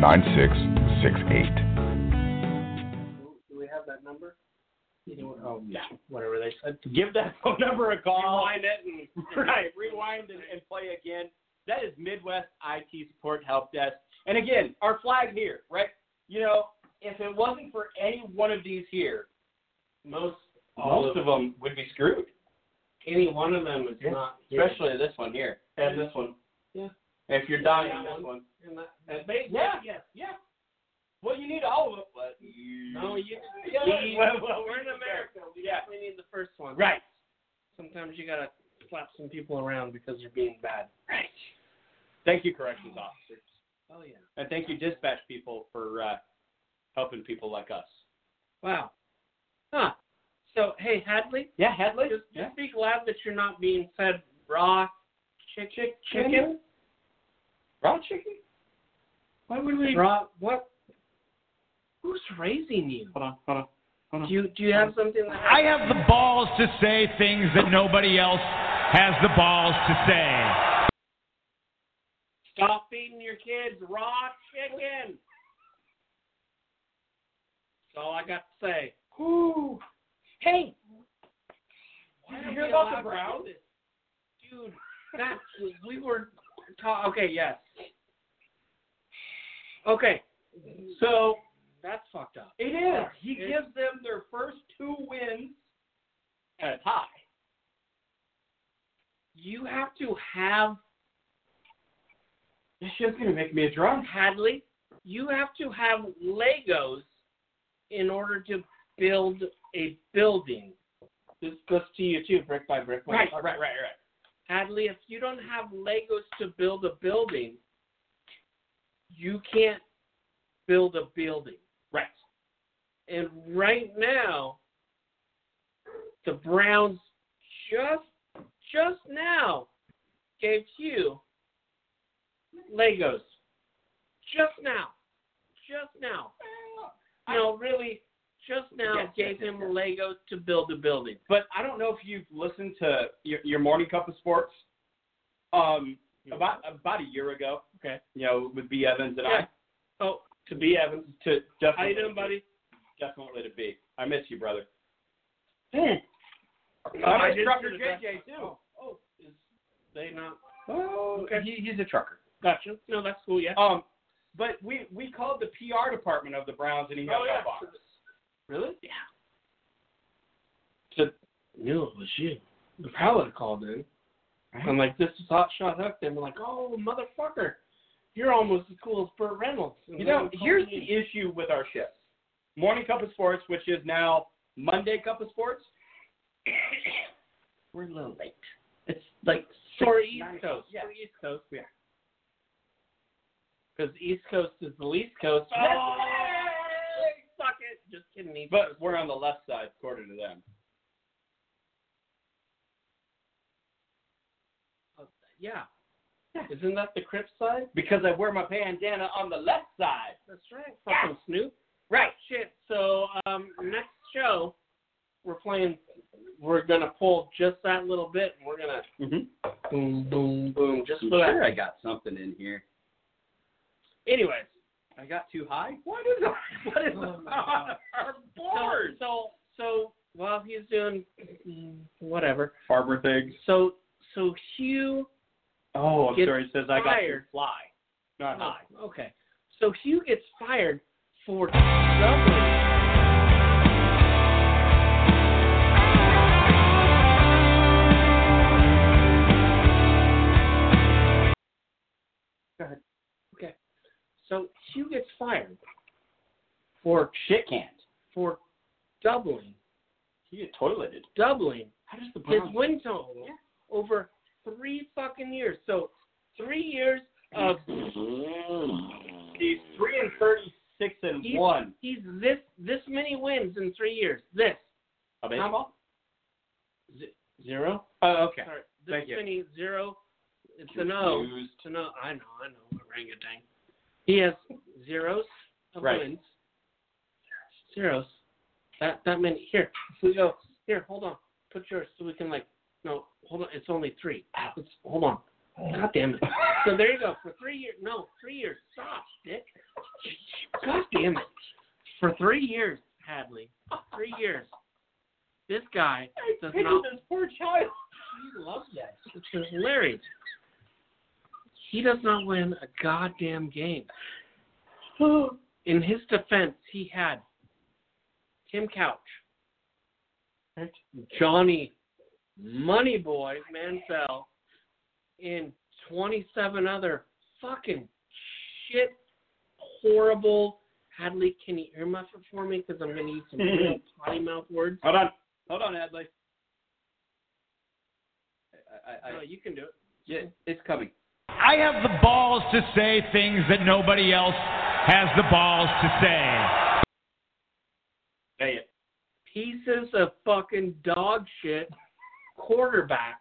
Speaker 5: 9668.
Speaker 4: Do we have that number? You know, oh, yeah, whatever they said.
Speaker 2: *laughs* Give that phone number a call.
Speaker 4: Rewind it and
Speaker 2: *laughs* Right, rewind and, and play again. That is Midwest IT Support Help Desk. And again, our flag here, right? You know, if it wasn't for any one of these here,
Speaker 4: Most all
Speaker 2: most of them would be screwed,
Speaker 4: any one of them is
Speaker 2: Yeah.
Speaker 4: not.
Speaker 2: especially this one here and this one.
Speaker 4: Yeah.
Speaker 2: If you're dying on this one.
Speaker 4: And that, that they,
Speaker 2: Yeah.
Speaker 4: yes.
Speaker 2: Yeah. Well, you need all of them, but you.
Speaker 4: No, you.
Speaker 2: Yeah,
Speaker 4: we-
Speaker 2: well, well,
Speaker 4: we're in
Speaker 2: we-
Speaker 4: America. We
Speaker 2: Yeah.
Speaker 4: definitely need the first one.
Speaker 2: Right.
Speaker 4: Sometimes you gotta slap some people around because they're being bad.
Speaker 2: Right. Thank you, corrections officers,
Speaker 4: Oh yeah.
Speaker 2: and thank you, dispatch people, for uh, helping people like us.
Speaker 4: Wow. Huh. So hey, Hadley,
Speaker 2: Yeah, Hadley.
Speaker 4: just,
Speaker 2: Yeah.
Speaker 4: just be glad that you're not being fed raw chick chick chicken.
Speaker 2: Raw chicken.
Speaker 4: Why would we raw what? Who's raising you?
Speaker 2: Hold on, hold on.
Speaker 4: Do you do you have something that
Speaker 6: I have the balls to say things that nobody else has the balls to say.
Speaker 4: Stop feeding your kids raw chicken. That's all I got to say.
Speaker 2: Whoo. Hey. Did
Speaker 4: Why
Speaker 2: you
Speaker 4: are
Speaker 2: hear
Speaker 4: we
Speaker 2: about the
Speaker 4: allowed to
Speaker 2: Browns?
Speaker 4: do this? Dude, that we were ta- okay, yes. Okay. So that's fucked up.
Speaker 2: It is. He
Speaker 4: It-
Speaker 2: gives them their first two wins and a tie.
Speaker 4: You have to have
Speaker 2: This shit's gonna make me a drunk.
Speaker 4: Hadley, you have to have Legos in order to build a building.
Speaker 2: This goes to you too, brick by brick.
Speaker 4: by
Speaker 2: right,
Speaker 4: brick.
Speaker 2: right, right, right.
Speaker 4: Hadley, if you don't have Legos to build a building, you can't build a building.
Speaker 2: Right.
Speaker 4: And right now, the Browns just just now gave you Legos. Just now. Just now. No, really, just now
Speaker 2: Yes, yes,
Speaker 4: gave
Speaker 2: yes,
Speaker 4: him
Speaker 2: yes.
Speaker 4: Legos to build a building.
Speaker 2: But I don't know if you've listened to your, your morning cup of sports. Um, about about a year ago.
Speaker 4: Okay.
Speaker 2: You know, with B Evans and
Speaker 4: Yeah. Oh,
Speaker 2: I. To B Evans. To definitely.
Speaker 4: how you doing, buddy?
Speaker 2: Definitely to B. I miss you, brother.
Speaker 4: I
Speaker 2: I miss
Speaker 4: did
Speaker 2: Trucker
Speaker 4: too, that-
Speaker 2: JJ too.
Speaker 4: Oh, is they not?
Speaker 2: Oh,
Speaker 4: Okay.
Speaker 2: he, he's a trucker.
Speaker 4: Gotcha. No, that's cool. Yeah.
Speaker 2: Um, but we we called the PR department of the Browns and he hung up on us.
Speaker 4: Really? Oh, Yeah. So knew it was you. The prowler called in. I'm like, this is Hot Shot Huck. They were like, oh, motherfucker, you're almost as cool as Burt Reynolds. And
Speaker 2: You
Speaker 4: they
Speaker 2: know,
Speaker 4: were
Speaker 2: here's
Speaker 4: calling
Speaker 2: the
Speaker 4: in.
Speaker 2: issue with our shifts. Morning Cup of Sports, which is now Monday Cup of Sports. *coughs*
Speaker 4: We're a little late.
Speaker 2: It's like
Speaker 4: For East
Speaker 2: nine o'clock.
Speaker 4: Coast.
Speaker 2: Yeah.
Speaker 4: For East Coast.
Speaker 2: Yeah.
Speaker 4: Because East Coast is the least coast.
Speaker 2: Oh.
Speaker 4: Suck it. Just kidding. East Coast.
Speaker 2: But we're on the left side, according to them.
Speaker 4: yeah. Isn't that the Crip side?
Speaker 2: Because I wear my bandana on the left side.
Speaker 4: That's right. Fucking Snoop. Right. Shit. So um, next show, we're playing. We're gonna pull just that little bit, and we're gonna
Speaker 2: Mm-hmm.
Speaker 4: boom, boom, boom, just
Speaker 2: I'm
Speaker 4: for that.
Speaker 2: sure I got something in here.
Speaker 4: Anyways,
Speaker 2: I got too high? What is *laughs* our, what is
Speaker 4: Oh, my
Speaker 2: our,
Speaker 4: God.
Speaker 2: our
Speaker 4: so
Speaker 2: board?
Speaker 4: so so while he's doing mm, whatever,
Speaker 2: Farmer things.
Speaker 4: so so Hugh
Speaker 2: Oh, I'm
Speaker 4: Get
Speaker 2: sorry. It says I got to
Speaker 4: fired.
Speaker 2: fly, not
Speaker 4: Oh,
Speaker 2: high.
Speaker 4: okay. So Hugh gets fired for doubling.
Speaker 2: Go ahead.
Speaker 4: Okay. So Hugh gets fired for
Speaker 2: Shit can't.
Speaker 4: for doubling
Speaker 2: He is toileted.
Speaker 4: doubling
Speaker 2: How does the
Speaker 4: his
Speaker 2: Browns?
Speaker 4: win total
Speaker 2: Yeah.
Speaker 4: over three fucking years. So three years of
Speaker 2: He's three and thirty-six and
Speaker 4: he's,
Speaker 2: one.
Speaker 4: he's this this many wins in three years. This
Speaker 2: A baseball?
Speaker 4: Z- zero.
Speaker 2: Oh, okay.
Speaker 4: Sorry, this
Speaker 2: Thank you.
Speaker 4: many zero. It's an O.
Speaker 2: Confused.
Speaker 4: To know, I know, I know, orangutan. He has zeros of
Speaker 2: Right.
Speaker 4: wins. Zeros. That that many. Here, if we go. Here, hold on. Put yours so we can like. No, hold on. It's only three. It's, hold on. God damn it. So there you go. For three years. No, three years. Stop, dick. God damn it. For three years, Hadley. Three years. This guy
Speaker 2: I
Speaker 4: does
Speaker 2: pitied
Speaker 4: not
Speaker 2: this poor child.
Speaker 4: he loves that. It's hilarious. He does not win a goddamn game. *gasps* In his defense, he had Tim Couch, Johnny Money Boy Mansell, and 27 other fucking shit, horrible. Hadley, can you ear muffle for me? Because I'm going to use some real potty mouth words.
Speaker 2: Hold on. Hold on, Adley. I, I,
Speaker 4: No,
Speaker 2: I,
Speaker 4: you can do it.
Speaker 2: yeah, it's coming.
Speaker 6: I have the balls to say things that nobody else has the balls to say.
Speaker 2: Say it.
Speaker 4: pieces of fucking dog shit quarterbacks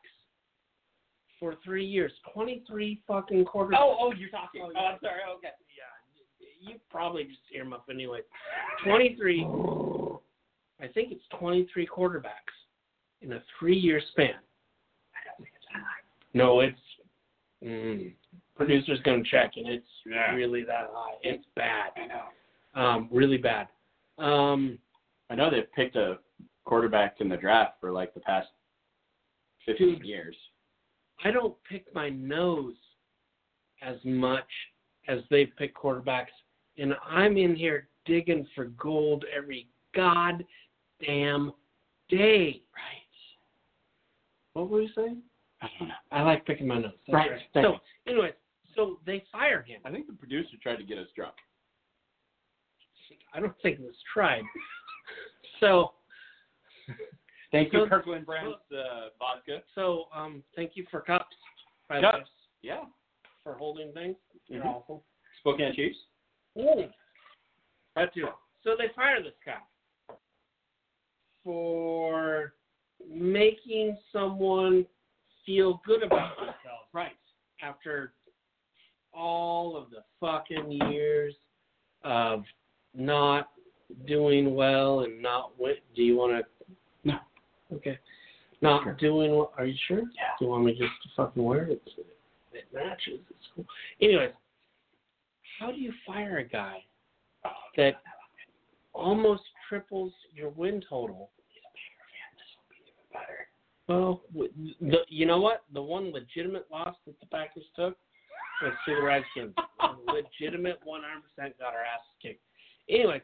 Speaker 4: for three years. 23 fucking quarterbacks.
Speaker 2: Oh, oh, you're talking. Oh, I'm sorry. Okay.
Speaker 4: yeah. You probably just hear them up anyway. 23. I think it's 23 quarterbacks in a three year span. No, it's. Mm, producer's going to check, and it's
Speaker 2: Yeah.
Speaker 4: really that high. It's bad.
Speaker 2: I know.
Speaker 4: Um, really bad. Um,
Speaker 2: I know they've picked a quarterback in the draft for like the past 15 years.
Speaker 4: I don't pick my nose as much as they pick quarterbacks, and I'm in here digging for gold every goddamn day.
Speaker 2: Right.
Speaker 4: What were you saying?
Speaker 2: I don't know.
Speaker 4: I like picking my nose. That's
Speaker 2: Right, thank
Speaker 4: So, anyways, so they fire him.
Speaker 2: I think the producer tried to get us drunk.
Speaker 4: I don't think it was tried. so,
Speaker 2: Thank you,
Speaker 4: So-
Speaker 2: Kirkland Brown's uh, vodka.
Speaker 4: so um, thank you for cups. by the
Speaker 2: Cups.
Speaker 4: way,
Speaker 2: Yeah.
Speaker 4: For holding things. You're
Speaker 2: Mhm.
Speaker 4: awful.
Speaker 2: Spokane Chiefs.
Speaker 4: Ooh. That's it. So they fire this guy for making someone feel good about themselves
Speaker 2: Right.
Speaker 4: after all of the fucking years of not doing well and not win. Do you want to?
Speaker 2: No.
Speaker 4: Okay. Not
Speaker 2: Sure.
Speaker 4: doing well. Are you sure?
Speaker 2: Yeah.
Speaker 4: Do you want me just to fucking wear it? It matches. It's cool. Anyways, how do you fire a guy that almost triples your win total? Well, w- the, you know what? The one legitimate loss that the Packers took was to
Speaker 2: *laughs*
Speaker 4: the Redskins. legitimate 100% got our ass kicked. Anyway,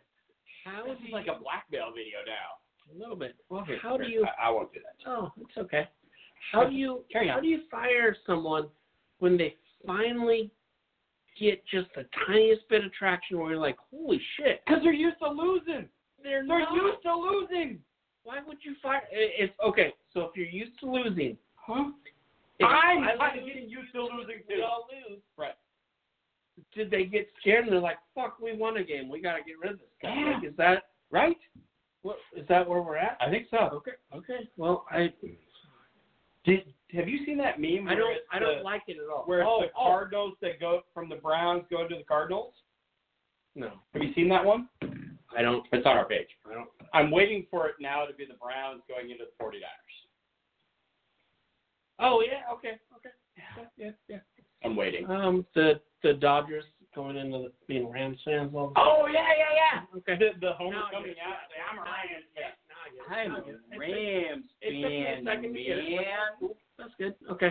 Speaker 4: how
Speaker 2: This
Speaker 4: do
Speaker 2: is
Speaker 4: you,
Speaker 2: like a blackmail video now.
Speaker 4: a little bit? Well,
Speaker 2: Here,
Speaker 4: how do
Speaker 2: here,
Speaker 4: you?
Speaker 2: I, I won't do that.
Speaker 4: Oh, it's okay. How do you?
Speaker 2: Carry
Speaker 4: How
Speaker 2: on.
Speaker 4: do you fire someone when they finally get just the tiniest bit of traction where you're like, holy shit,
Speaker 2: Because they're used to losing.
Speaker 4: they're
Speaker 2: They're
Speaker 4: not.
Speaker 2: used to losing.
Speaker 4: Why would you fire? it- It's okay. So if you're used to losing,
Speaker 2: Huh?
Speaker 4: if
Speaker 2: I'm
Speaker 4: I
Speaker 2: kind of
Speaker 4: lose,
Speaker 2: getting used to losing
Speaker 4: we
Speaker 2: too.
Speaker 4: all lose.
Speaker 2: Right.
Speaker 4: Did they get scared and they're like, fuck, we won a game. We got to get rid of this guy.
Speaker 2: Yeah.
Speaker 4: Like, is that
Speaker 2: Right?
Speaker 4: what? Is that where we're at?
Speaker 2: I think so.
Speaker 4: Okay. Okay. Well, I
Speaker 2: Did have you seen that meme?
Speaker 4: I
Speaker 2: where
Speaker 4: don't
Speaker 2: it's
Speaker 4: I
Speaker 2: the,
Speaker 4: don't like it at all.
Speaker 2: where it's
Speaker 4: oh,
Speaker 2: the Cardinals that go from the Browns go to the Cardinals?
Speaker 4: oh, no,
Speaker 2: Have you seen that one?
Speaker 4: I don't.
Speaker 2: It's on our page.
Speaker 4: I don't.
Speaker 2: I'm waiting for it now to be the Browns going into the 49ers.
Speaker 4: Oh yeah. Okay. Okay.
Speaker 2: Yeah, yeah. I'm waiting.
Speaker 4: Um, the the Dodgers going into the, being Rams fans all the
Speaker 2: Oh yeah, yeah,
Speaker 4: time. Okay.
Speaker 2: The, the homer
Speaker 4: Now I
Speaker 2: coming
Speaker 4: get it.
Speaker 2: out. Say, I'm a
Speaker 4: Now I get
Speaker 2: Rams
Speaker 4: it.
Speaker 2: fan.
Speaker 4: Now I
Speaker 2: Rams
Speaker 4: get it. Now I get it. It took me a second to get it.
Speaker 2: man.
Speaker 4: That's good. Okay.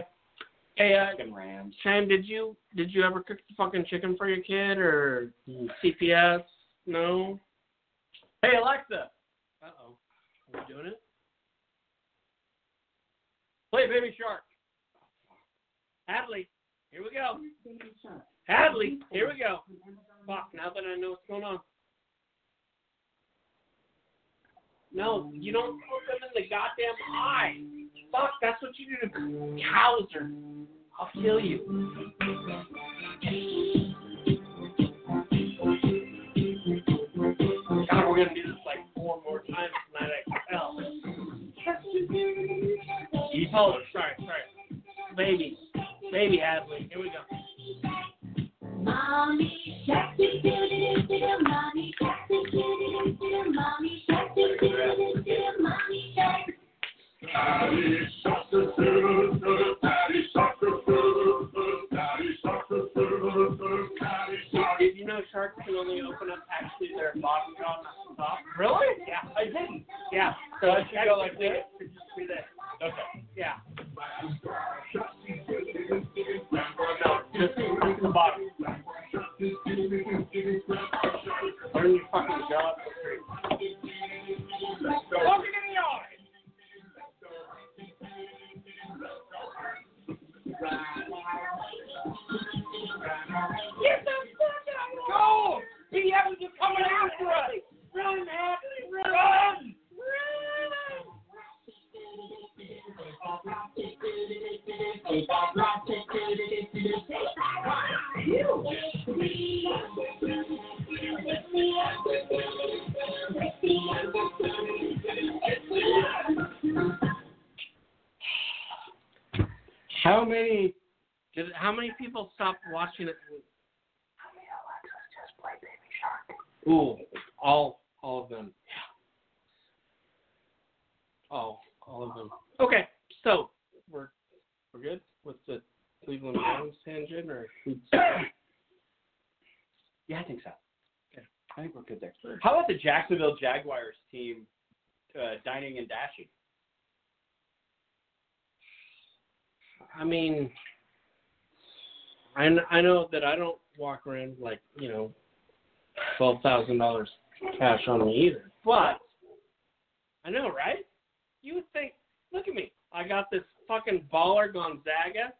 Speaker 4: Hey, uh,
Speaker 2: Fucking Rams.
Speaker 4: Shane, did you did you ever cook the fucking chicken for your kid or CPS? No.
Speaker 2: Hey Alexa,
Speaker 4: Uh oh. Are we doing it?
Speaker 2: play Baby Shark.
Speaker 4: Hadley, here we go. Hadley, here we go. Fuck. Now that I know what's going on. No, you don't look them in the goddamn eye. Fuck, that's what you do to Hauser. I'll kill you. God, we're gonna do this like four more times tonight. I can tell. Oh, sorry, sorry. Baby, baby Hadley. Here we go.
Speaker 7: Mommy shark doo doo doo doo doo, mommy shark doo doo doo doo doo, mommy shark doo doo doo doo doo, mommy shark.
Speaker 4: Did you know sharks can only open up actually their bottom jaw, not the top?
Speaker 2: Really?
Speaker 4: Yeah.
Speaker 2: I didn't.
Speaker 4: Yeah.
Speaker 2: So I should go like this?
Speaker 4: It should just be this.
Speaker 2: Okay.
Speaker 4: Yeah. No, just from the bottom. Learn your fucking job.
Speaker 2: Look it in the eye. Get the fuck out of Go! BMs are coming after us! Run, Hadley, run! Run!
Speaker 4: How many? Did how many people stopped watching it? How many Alexas just played Baby Shark? Ooh, all all of them. Yeah. All all of them. Okay, so we're we're good with the Cleveland Browns tangent, or
Speaker 2: *coughs* Yeah, I think so. Okay. I think we're good there. How about the Jacksonville Jaguars team uh, dining and dashing?
Speaker 4: I mean, I kn- I know that I don't walk around like you know twelve thousand dollars cash on me either, but I know, right? You would think, look at me, I got this fucking baller Gonzaga,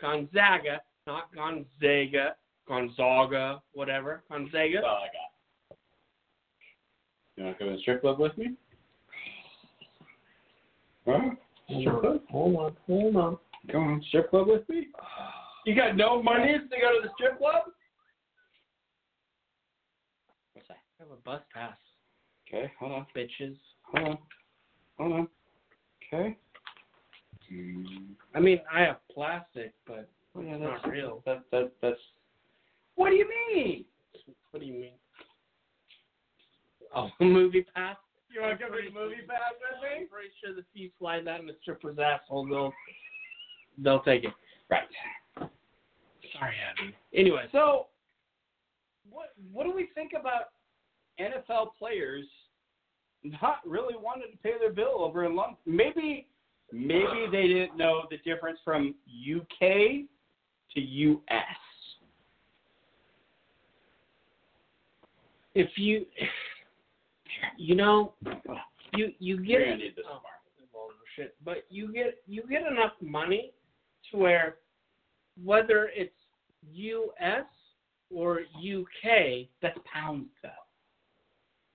Speaker 4: Gonzaga, not Gonzaga, Gonzaga, whatever, Gonzaga.
Speaker 2: That's all I got. You want to go to the strip club with me? Huh?
Speaker 4: Hold on, hold on, hold on.
Speaker 2: Come on, strip club with me? You got no money to go to the strip club? What's that?
Speaker 4: I have a bus pass,
Speaker 2: Okay, hold on,
Speaker 4: bitches.
Speaker 2: hold on, hold on. Okay.
Speaker 4: I mean, I have plastic, but
Speaker 2: Oh, yeah,
Speaker 4: it's
Speaker 2: that's,
Speaker 4: not real.
Speaker 2: that, that, that's. What do you mean?
Speaker 4: What do you mean? Oh, *laughs* movie pass?
Speaker 2: You want to go to the movie pass with me?
Speaker 4: I'm pretty sure the you slide that in the stripper's asshole, they'll they'll take it.
Speaker 2: Right.
Speaker 4: Sorry, Abby. Anyway,
Speaker 2: So, what what do we think about NFL players not really wanting to pay their bill over in London? Maybe maybe they didn't know the difference from UK to US.
Speaker 4: if you you know you you
Speaker 2: You're
Speaker 4: get
Speaker 2: gonna need this
Speaker 4: oh, well, no shit, but you get you get enough money to where whether it's US or UK,
Speaker 2: That's pounds though.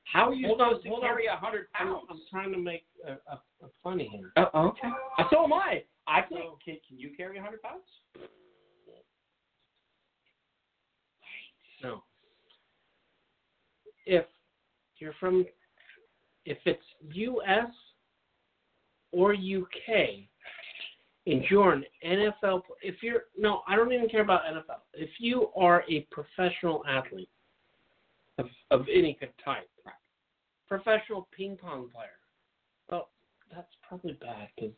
Speaker 4: how are you
Speaker 2: Hold on,
Speaker 4: supposed
Speaker 2: hold
Speaker 4: to
Speaker 2: on.
Speaker 4: carry
Speaker 2: a hundred
Speaker 4: I'm, I'm trying to make a, a, a funny here.
Speaker 2: Oh, okay. Uh, So am I. I can.
Speaker 4: So-
Speaker 2: Can, can you carry a hundred pounds?
Speaker 4: No. If you're from, if it's U.S. or U.K. and you're an NFL, pl- if you're no, I don't even care about NFL. If you are a professional athlete of of any good type, professional ping pong player, well, that's probably bad because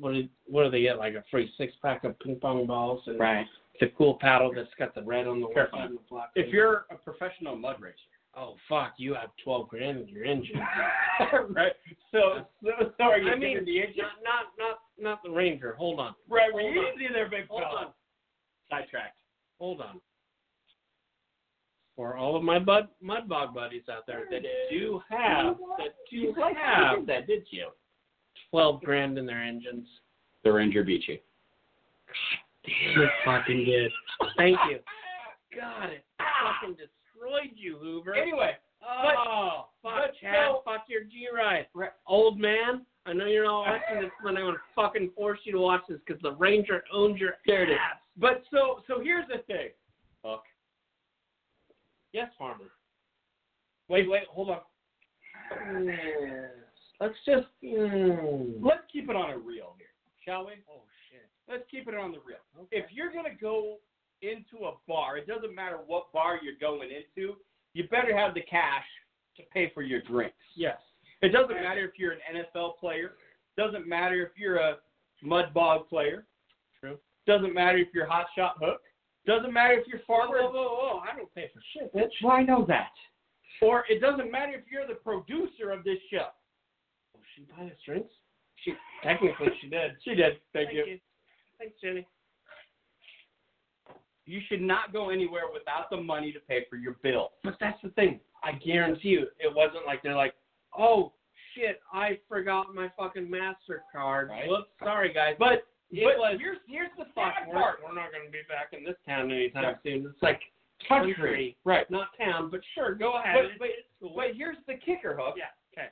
Speaker 4: what did, what do they get like a free six pack of ping pong balls and
Speaker 2: Right.
Speaker 4: the cool paddle that's got the red on the left
Speaker 2: Careful.
Speaker 4: side and the black.
Speaker 2: If you're a professional mud racer. *laughs*
Speaker 4: oh fuck, you have twelve grand in your engine.
Speaker 2: right. So, so, so are you
Speaker 4: I mean,
Speaker 2: thinking the engine?
Speaker 4: not not not not the Ranger. Hold on,
Speaker 2: Right.
Speaker 4: hold
Speaker 2: you
Speaker 4: on.
Speaker 2: see there, big
Speaker 4: hold
Speaker 2: fella.
Speaker 4: on,
Speaker 2: Sidetracked.
Speaker 4: hold on. For all of my bud mud bog buddies out there that do have that do have
Speaker 2: that, did you?
Speaker 4: twelve grand in their engines,
Speaker 2: The Ranger beat you.
Speaker 4: you fucking did. Thank you. God, it fucking destroyed you, Hoover.
Speaker 2: Anyway,
Speaker 4: Oh, fuck
Speaker 2: but
Speaker 4: Chad,
Speaker 2: so-
Speaker 4: fuck your G ride.
Speaker 2: Right.
Speaker 4: Old man, I know you're not watching this, but I'm going to fucking force you to watch this because the Ranger owns your
Speaker 2: There it is.
Speaker 4: ass.
Speaker 2: But so so here's the thing.
Speaker 4: Fuck. Yes, Farmer. Wait, wait, hold on. Yes. Let's just. mm,
Speaker 2: Let's keep it on a reel here, shall we?
Speaker 4: Oh, shit.
Speaker 2: Let's keep it on the reel.
Speaker 4: Okay.
Speaker 2: If you're gonna go into a bar, it doesn't matter what bar you're going into, you better have the cash to pay for your drinks.
Speaker 4: Yes.
Speaker 2: It doesn't matter if you're an NFL player. Doesn't matter if you're a mud bog player.
Speaker 4: True.
Speaker 2: Doesn't matter if you're hot shot hook. Doesn't matter if you're
Speaker 4: Whoa,
Speaker 2: farmer.
Speaker 4: whoa, whoa, whoa. I don't pay for shit, bitch.
Speaker 2: Well, I know that. Or it doesn't matter if you're the producer of this show.
Speaker 4: Oh, she buy us drinks? She Technically, she did.
Speaker 2: She did. Thank,
Speaker 4: Thank
Speaker 2: you.
Speaker 4: you. Thanks, Jenny.
Speaker 2: You should not go anywhere without the money to pay for your bill.
Speaker 4: But that's the thing. I guarantee you, it wasn't like they're like, oh shit, I forgot my fucking Mastercard.
Speaker 2: Right.
Speaker 4: Whoops, sorry guys.
Speaker 2: But,
Speaker 4: It
Speaker 2: but
Speaker 4: was-
Speaker 2: here's here's the
Speaker 4: fuck,
Speaker 2: sad
Speaker 4: we're,
Speaker 2: part.
Speaker 4: we're not gonna be back in this town anytime
Speaker 2: Yeah.
Speaker 4: soon. It's like country,
Speaker 2: Right.
Speaker 4: not town, but sure, go ahead.
Speaker 2: But, but, but here's the kicker, Hook.
Speaker 4: yeah, okay.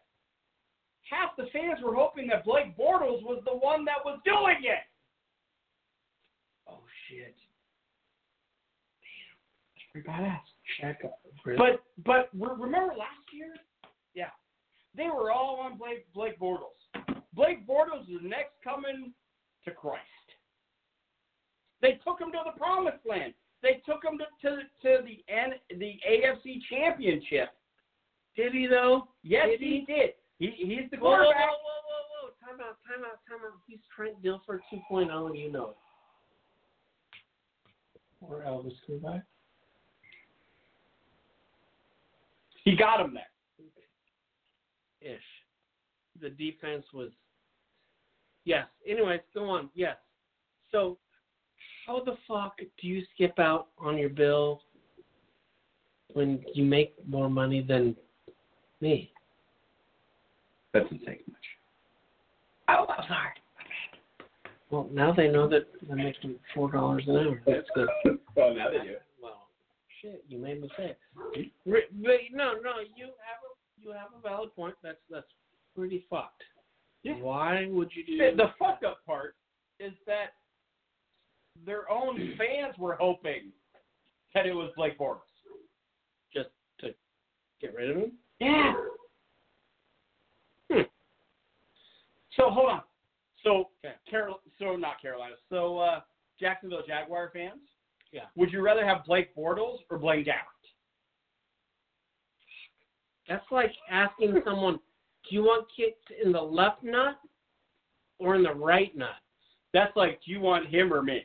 Speaker 2: Half the fans were hoping that Blake Bortles was the one that was doing it.
Speaker 4: Oh shit. Damn, that's pretty badass. Check up. But
Speaker 2: But but re- remember last year? Yeah, they were all on Blake Blake Bortles. Blake Bortles is the next coming to Christ. They took him to the promised land. They took him to to, to the N, the AFC Championship.
Speaker 4: did he though?
Speaker 2: Yes,
Speaker 4: Did
Speaker 2: he,
Speaker 4: he?
Speaker 2: did. He, he's the
Speaker 4: Whoa, whoa, whoa, whoa,
Speaker 2: quarterback.
Speaker 4: whoa, whoa! Time out, time out, time out. He's Trent Dilfer 2.0, and you know it. Or Elvis Kubai.
Speaker 2: He got him there.
Speaker 4: ish. The defense was. Yes. Anyways, go on. Yes. So, how the fuck do you skip out on your bill when you make more money than me?
Speaker 8: Doesn't take much.
Speaker 4: Oh, I'm sorry. Well, now they know that they're making four dollars an hour. That's good.
Speaker 2: *laughs* Oh, now they do.
Speaker 4: Well, shit, you made me say it. Re- re- No, no, you have a you have a valid point. That's that's pretty fucked.
Speaker 2: Yeah.
Speaker 4: Why would you do
Speaker 2: The, the fucked up part is that their own fans were hoping that it was Blake Bortles.
Speaker 4: just to get rid of him?
Speaker 2: Yeah. So hold on. So
Speaker 4: Okay.
Speaker 2: Carol. So not Carolina. So uh, Jacksonville Jaguar fans.
Speaker 4: Yeah.
Speaker 2: Would you rather have Blake Bortles or Blaine Gabbert?
Speaker 4: That's like
Speaker 2: *laughs*
Speaker 4: asking someone, do you want kicked in the left nut or in the right nut?
Speaker 2: That's like, do you want him or me?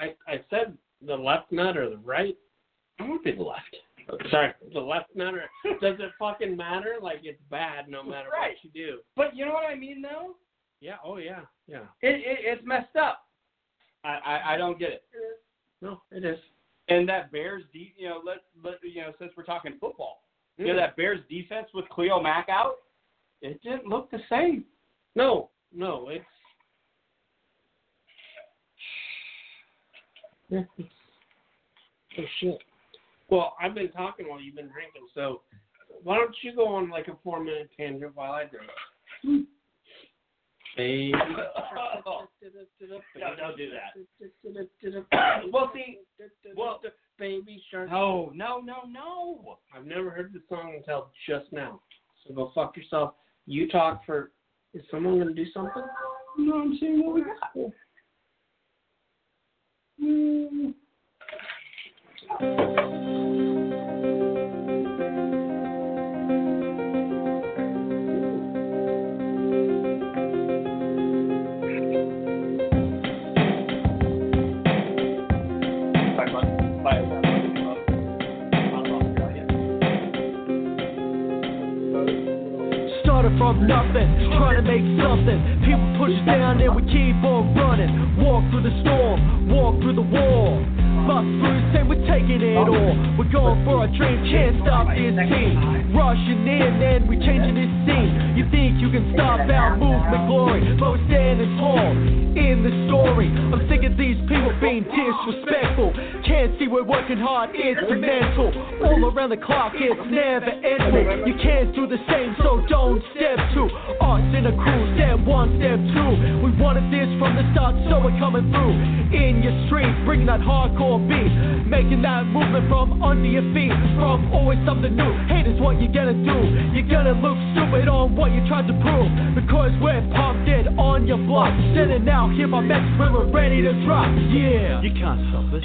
Speaker 4: I I said the left nut or the right.
Speaker 8: I want to be the left.
Speaker 4: Sorry, the left nut or does it fucking matter? Like it's bad no matter
Speaker 2: Right.
Speaker 4: what you do.
Speaker 2: But you know what I mean, though.
Speaker 4: Yeah. Oh yeah. Yeah.
Speaker 2: It, it it's messed up. I, I I don't get it.
Speaker 4: No, it is.
Speaker 2: And that Bears, de- you know, let let you know, since we're talking football, you know, that Bears defense with Cleo Mack out, it didn't look the same.
Speaker 4: No, no, it's. oh shit. Well, I've been talking while you've been drinking, so why don't you go on like a four minute tangent while I drink? Baby.
Speaker 2: No, don't do
Speaker 4: that.
Speaker 2: Well, see, well-
Speaker 4: baby shark.
Speaker 2: No, no, no, no.
Speaker 4: I've never heard the song until just now. So go fuck yourself. You talk for. Is someone gonna do something?
Speaker 2: No, I'm seeing what we got.
Speaker 9: Started from nothing, trying to make something. People push down and we keep on running. Walk through the storm, walk through the wall. My crew say we're taking it all. We're going for our dream, can't stop this team. Rushing in and we changing this scene. You think you can stop our movement glory, but we're standing tall in the story. I'm sick of these people being disrespectful. Can't see we're working hard, it's mental. All around the clock, it's never ending. You can't do the same, so don't step two. Us in a crew, step one, step two. We wanted this from the start, so we're coming through. In your street, bringing that hardcore beat. Making that movement from under your feet. From always something new. Hate is what you're gonna do. You're gonna look stupid on what you tried to prove. Because we're pumped in on your block. Sending out hip hop message when we're ready to drop. Yeah.
Speaker 10: You can't stop us,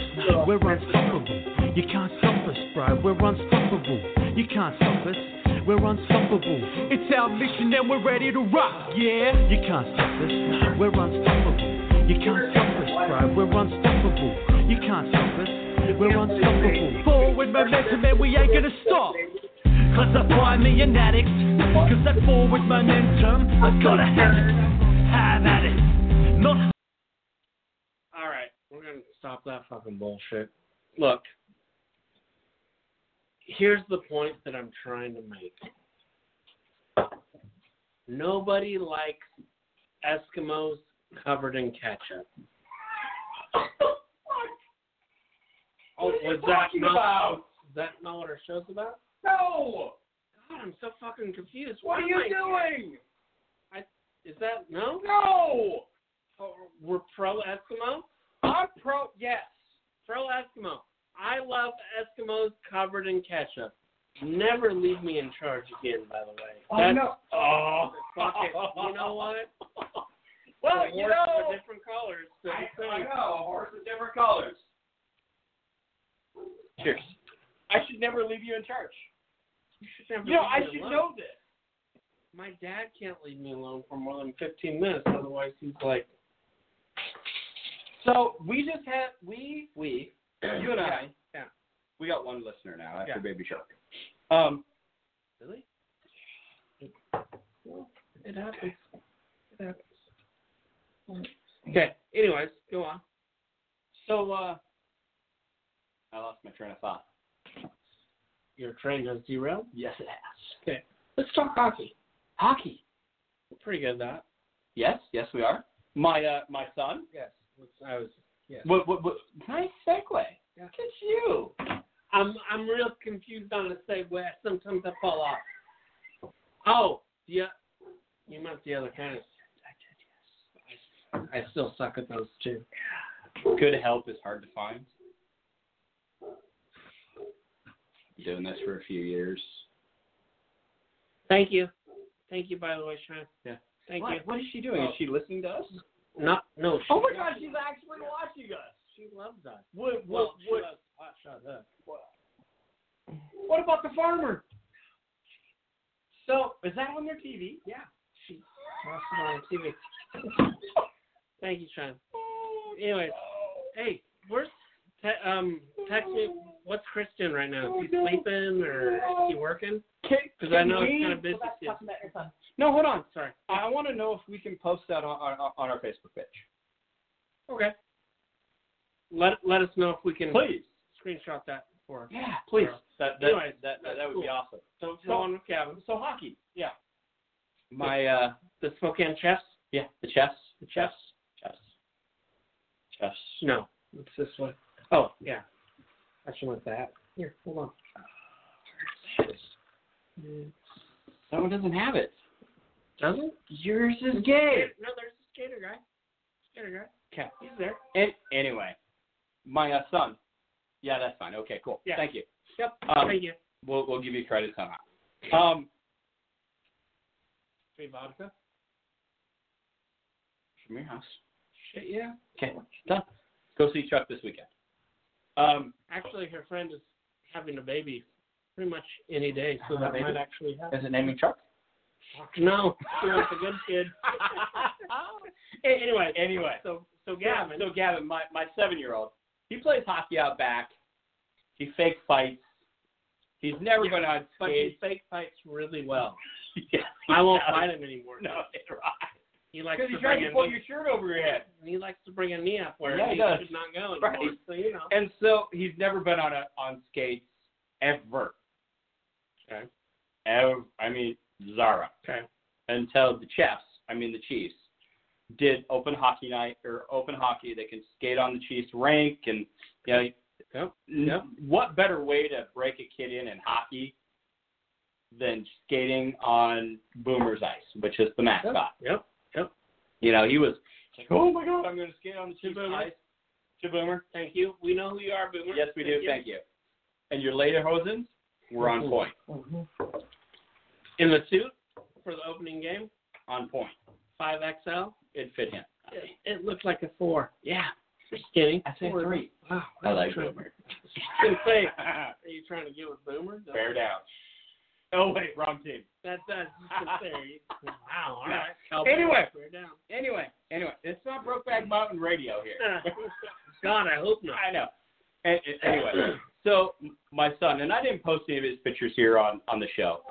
Speaker 10: we're unstoppable. You can't stop us, bro, we're unstoppable. You can't stop us, we're unstoppable.
Speaker 9: It's our mission and we're ready to rock. Yeah.
Speaker 10: You can't stop us, we're unstoppable. You can't stop us, bro, we're unstoppable. You can't stop us, we're unstoppable.
Speaker 9: Forward momentum and we ain't gonna stop.
Speaker 10: Classify me an addict, cause that forward momentum, I've gotta have it. Have at it. Not
Speaker 4: All right, we're gonna stop that fucking bullshit. Look, here's the point that I'm trying to make. Nobody likes Eskimos covered
Speaker 2: *coughs*
Speaker 4: in ketchup. Oh,
Speaker 2: What are you
Speaker 4: was that
Speaker 2: talking
Speaker 4: not,
Speaker 2: about?
Speaker 4: Is that not what our show's about?
Speaker 2: No!
Speaker 4: God, I'm so fucking confused.
Speaker 2: What are
Speaker 4: Why
Speaker 2: you
Speaker 4: am
Speaker 2: doing?
Speaker 4: I- Is that no?
Speaker 2: No!
Speaker 4: Oh, We're pro Eskimo.
Speaker 2: I'm pro. Yes.
Speaker 4: Pro Eskimo. I love Eskimos covered in ketchup. Never leave me in charge again, by the way.
Speaker 2: Oh,
Speaker 4: That's-
Speaker 2: no. Oh.
Speaker 4: Fuck it. You know what?
Speaker 2: *laughs* Well,
Speaker 4: The
Speaker 2: you
Speaker 4: horse
Speaker 2: know.
Speaker 4: with different colors. so
Speaker 2: I,
Speaker 4: it's
Speaker 2: I
Speaker 4: like-
Speaker 2: know. A horse with different colors.
Speaker 8: Cheers.
Speaker 2: I should never leave you in charge.
Speaker 4: You should never
Speaker 2: You know,
Speaker 4: leave
Speaker 2: I
Speaker 4: me
Speaker 2: should
Speaker 4: alone.
Speaker 2: know this.
Speaker 4: My dad can't leave me alone for more than 15 minutes, otherwise he's like,
Speaker 2: So we just had we
Speaker 4: we.
Speaker 2: you and I.
Speaker 4: yeah.
Speaker 2: We got one listener now after
Speaker 4: Yeah.
Speaker 2: Baby Shark. Um,
Speaker 4: Really? Well, it happens. It happens. Mm. Okay. Anyways, go on.
Speaker 2: so uh, I lost my train of thought.
Speaker 4: Your train has derailed.
Speaker 2: Yes, it has.
Speaker 4: Okay. Let's talk hockey.
Speaker 2: Hockey.
Speaker 4: We're pretty good at that.
Speaker 2: Yes, yes, we are. My uh, my son.
Speaker 4: Yes. I was. Yes.
Speaker 2: What, what, what, nice segue.
Speaker 4: Yeah.
Speaker 2: Look at you.
Speaker 4: I'm I'm real confused on a segue. Sometimes I fall off. Oh, yeah. You meant the other kind of. I did, yes. I, I still suck at those too.
Speaker 2: Good help is hard to find.
Speaker 8: Doing this for a few years.
Speaker 4: Thank you. Thank you, by the way, Sean.
Speaker 8: Yeah.
Speaker 4: Thank
Speaker 2: what,
Speaker 4: you.
Speaker 2: what is she doing? Is she listening to us?
Speaker 4: Not no. She,
Speaker 2: Oh my God, she's actually watching us.
Speaker 4: she loves us.
Speaker 2: What
Speaker 4: Well,
Speaker 2: what
Speaker 4: she
Speaker 2: what,
Speaker 4: loves hot shot us.
Speaker 2: what about the farmer? So is that on their TV?
Speaker 4: Yeah. She watches it on TV. *laughs* Thank you, Sean. Anyways, hey, where's te- um text me? What's Chris doing right now? Is he sleeping or is he working? Because I know it's kind of busy.
Speaker 2: No, hold on.
Speaker 4: Sorry.
Speaker 2: I want to know if we can post that on, on, on our Facebook page.
Speaker 4: Okay. Let let us know if we can
Speaker 2: Please.
Speaker 4: screenshot that for.
Speaker 2: Yeah, please. That that
Speaker 4: Anyways,
Speaker 2: that, that, that would be
Speaker 4: cool.
Speaker 2: awesome.
Speaker 4: So,
Speaker 2: So-
Speaker 4: so on with Gavin.
Speaker 2: So hockey. Yeah. My uh
Speaker 4: The Spokane Chefs?
Speaker 2: yeah the chess the chess chess chess.
Speaker 4: No, it's this one. Oh yeah, I should want that. Here, hold on.
Speaker 2: That one doesn't have it.
Speaker 4: Doesn't?
Speaker 2: Yours is gay.
Speaker 4: No, there's a skater guy. Skater guy.
Speaker 2: Okay.
Speaker 4: He's there.
Speaker 2: And anyway, my uh, son. Yeah, that's fine. Okay, cool.
Speaker 4: Yeah.
Speaker 2: Thank you.
Speaker 4: Yep.
Speaker 2: Um,
Speaker 4: Thank you.
Speaker 2: We'll we'll give you credit on that. Um,
Speaker 4: Free vodka.
Speaker 2: from your house.
Speaker 4: Shit, yeah.
Speaker 2: Okay, done. Go see Chuck this weekend. Um,
Speaker 4: Actually, her friend is having a baby pretty much any day, so that
Speaker 2: Maybe.
Speaker 4: Uh, might actually happen.
Speaker 2: is it naming Chuck?
Speaker 4: Fuck *laughs* no, she wants a good *laughs* kid. A- anyway,
Speaker 2: Anyway.
Speaker 4: so so Gavin.
Speaker 2: So Gavin, my, my seven year old, he plays hockey out back. He fake fights. He's never been on
Speaker 4: but he
Speaker 2: stage.
Speaker 4: fake fights really well.
Speaker 2: *laughs* yeah,
Speaker 4: I *laughs* won't
Speaker 2: No.
Speaker 4: fight him anymore.
Speaker 2: no, it's right.
Speaker 4: He likes
Speaker 2: Because
Speaker 4: to
Speaker 2: he tried
Speaker 4: bring
Speaker 2: to
Speaker 4: in
Speaker 2: pull your shirt over your head.
Speaker 4: *laughs* he likes to bring a knee up where
Speaker 2: Yeah, he
Speaker 4: he,
Speaker 2: does.
Speaker 4: should not go
Speaker 2: Right.
Speaker 4: anymore. So you know.
Speaker 2: And so he's never been on a on skates ever.
Speaker 4: Okay.
Speaker 2: Ever. I mean Zara.
Speaker 4: Okay.
Speaker 2: Until the Chiefs, I mean the Chiefs, did open hockey night or open hockey. They can skate on the Chiefs rink and you know
Speaker 4: Yep.
Speaker 2: Yep. What better way to break a kid in in hockey than skating on Boomer's ice, which is the mascot?
Speaker 4: Yep. Yep.
Speaker 2: You know, he was like, oh my god, I'm going to skate on the Chiefs ice. To Boomer,
Speaker 4: Thank you. We know who you are, Boomer.
Speaker 2: yes we do, thank you. And your later hosens were on point,
Speaker 4: In the suit for the opening game,
Speaker 2: on point.
Speaker 4: 5XL.
Speaker 2: It fit him.
Speaker 4: It, it looked like a four.
Speaker 2: Yeah,
Speaker 4: You're skinny.
Speaker 2: I said
Speaker 4: Four.
Speaker 2: three.
Speaker 4: Wow.
Speaker 2: I like
Speaker 4: Boomer. *laughs*
Speaker 2: Boomer.
Speaker 4: Wait, are you trying to get with Boomer?
Speaker 2: *laughs*
Speaker 4: No.
Speaker 2: Bear down. Oh wait, wrong team.
Speaker 4: That, that's
Speaker 2: *laughs*
Speaker 4: just there. You- Wow. All right.
Speaker 2: Anyway.
Speaker 4: Bear down.
Speaker 2: Anyway, anyway, it's not Brokeback Mountain Radio
Speaker 4: *laughs*
Speaker 2: here. *laughs*
Speaker 4: God, I hope not.
Speaker 2: I know. And, and anyway, so m- my son and I didn't post any of his pictures here on on the show.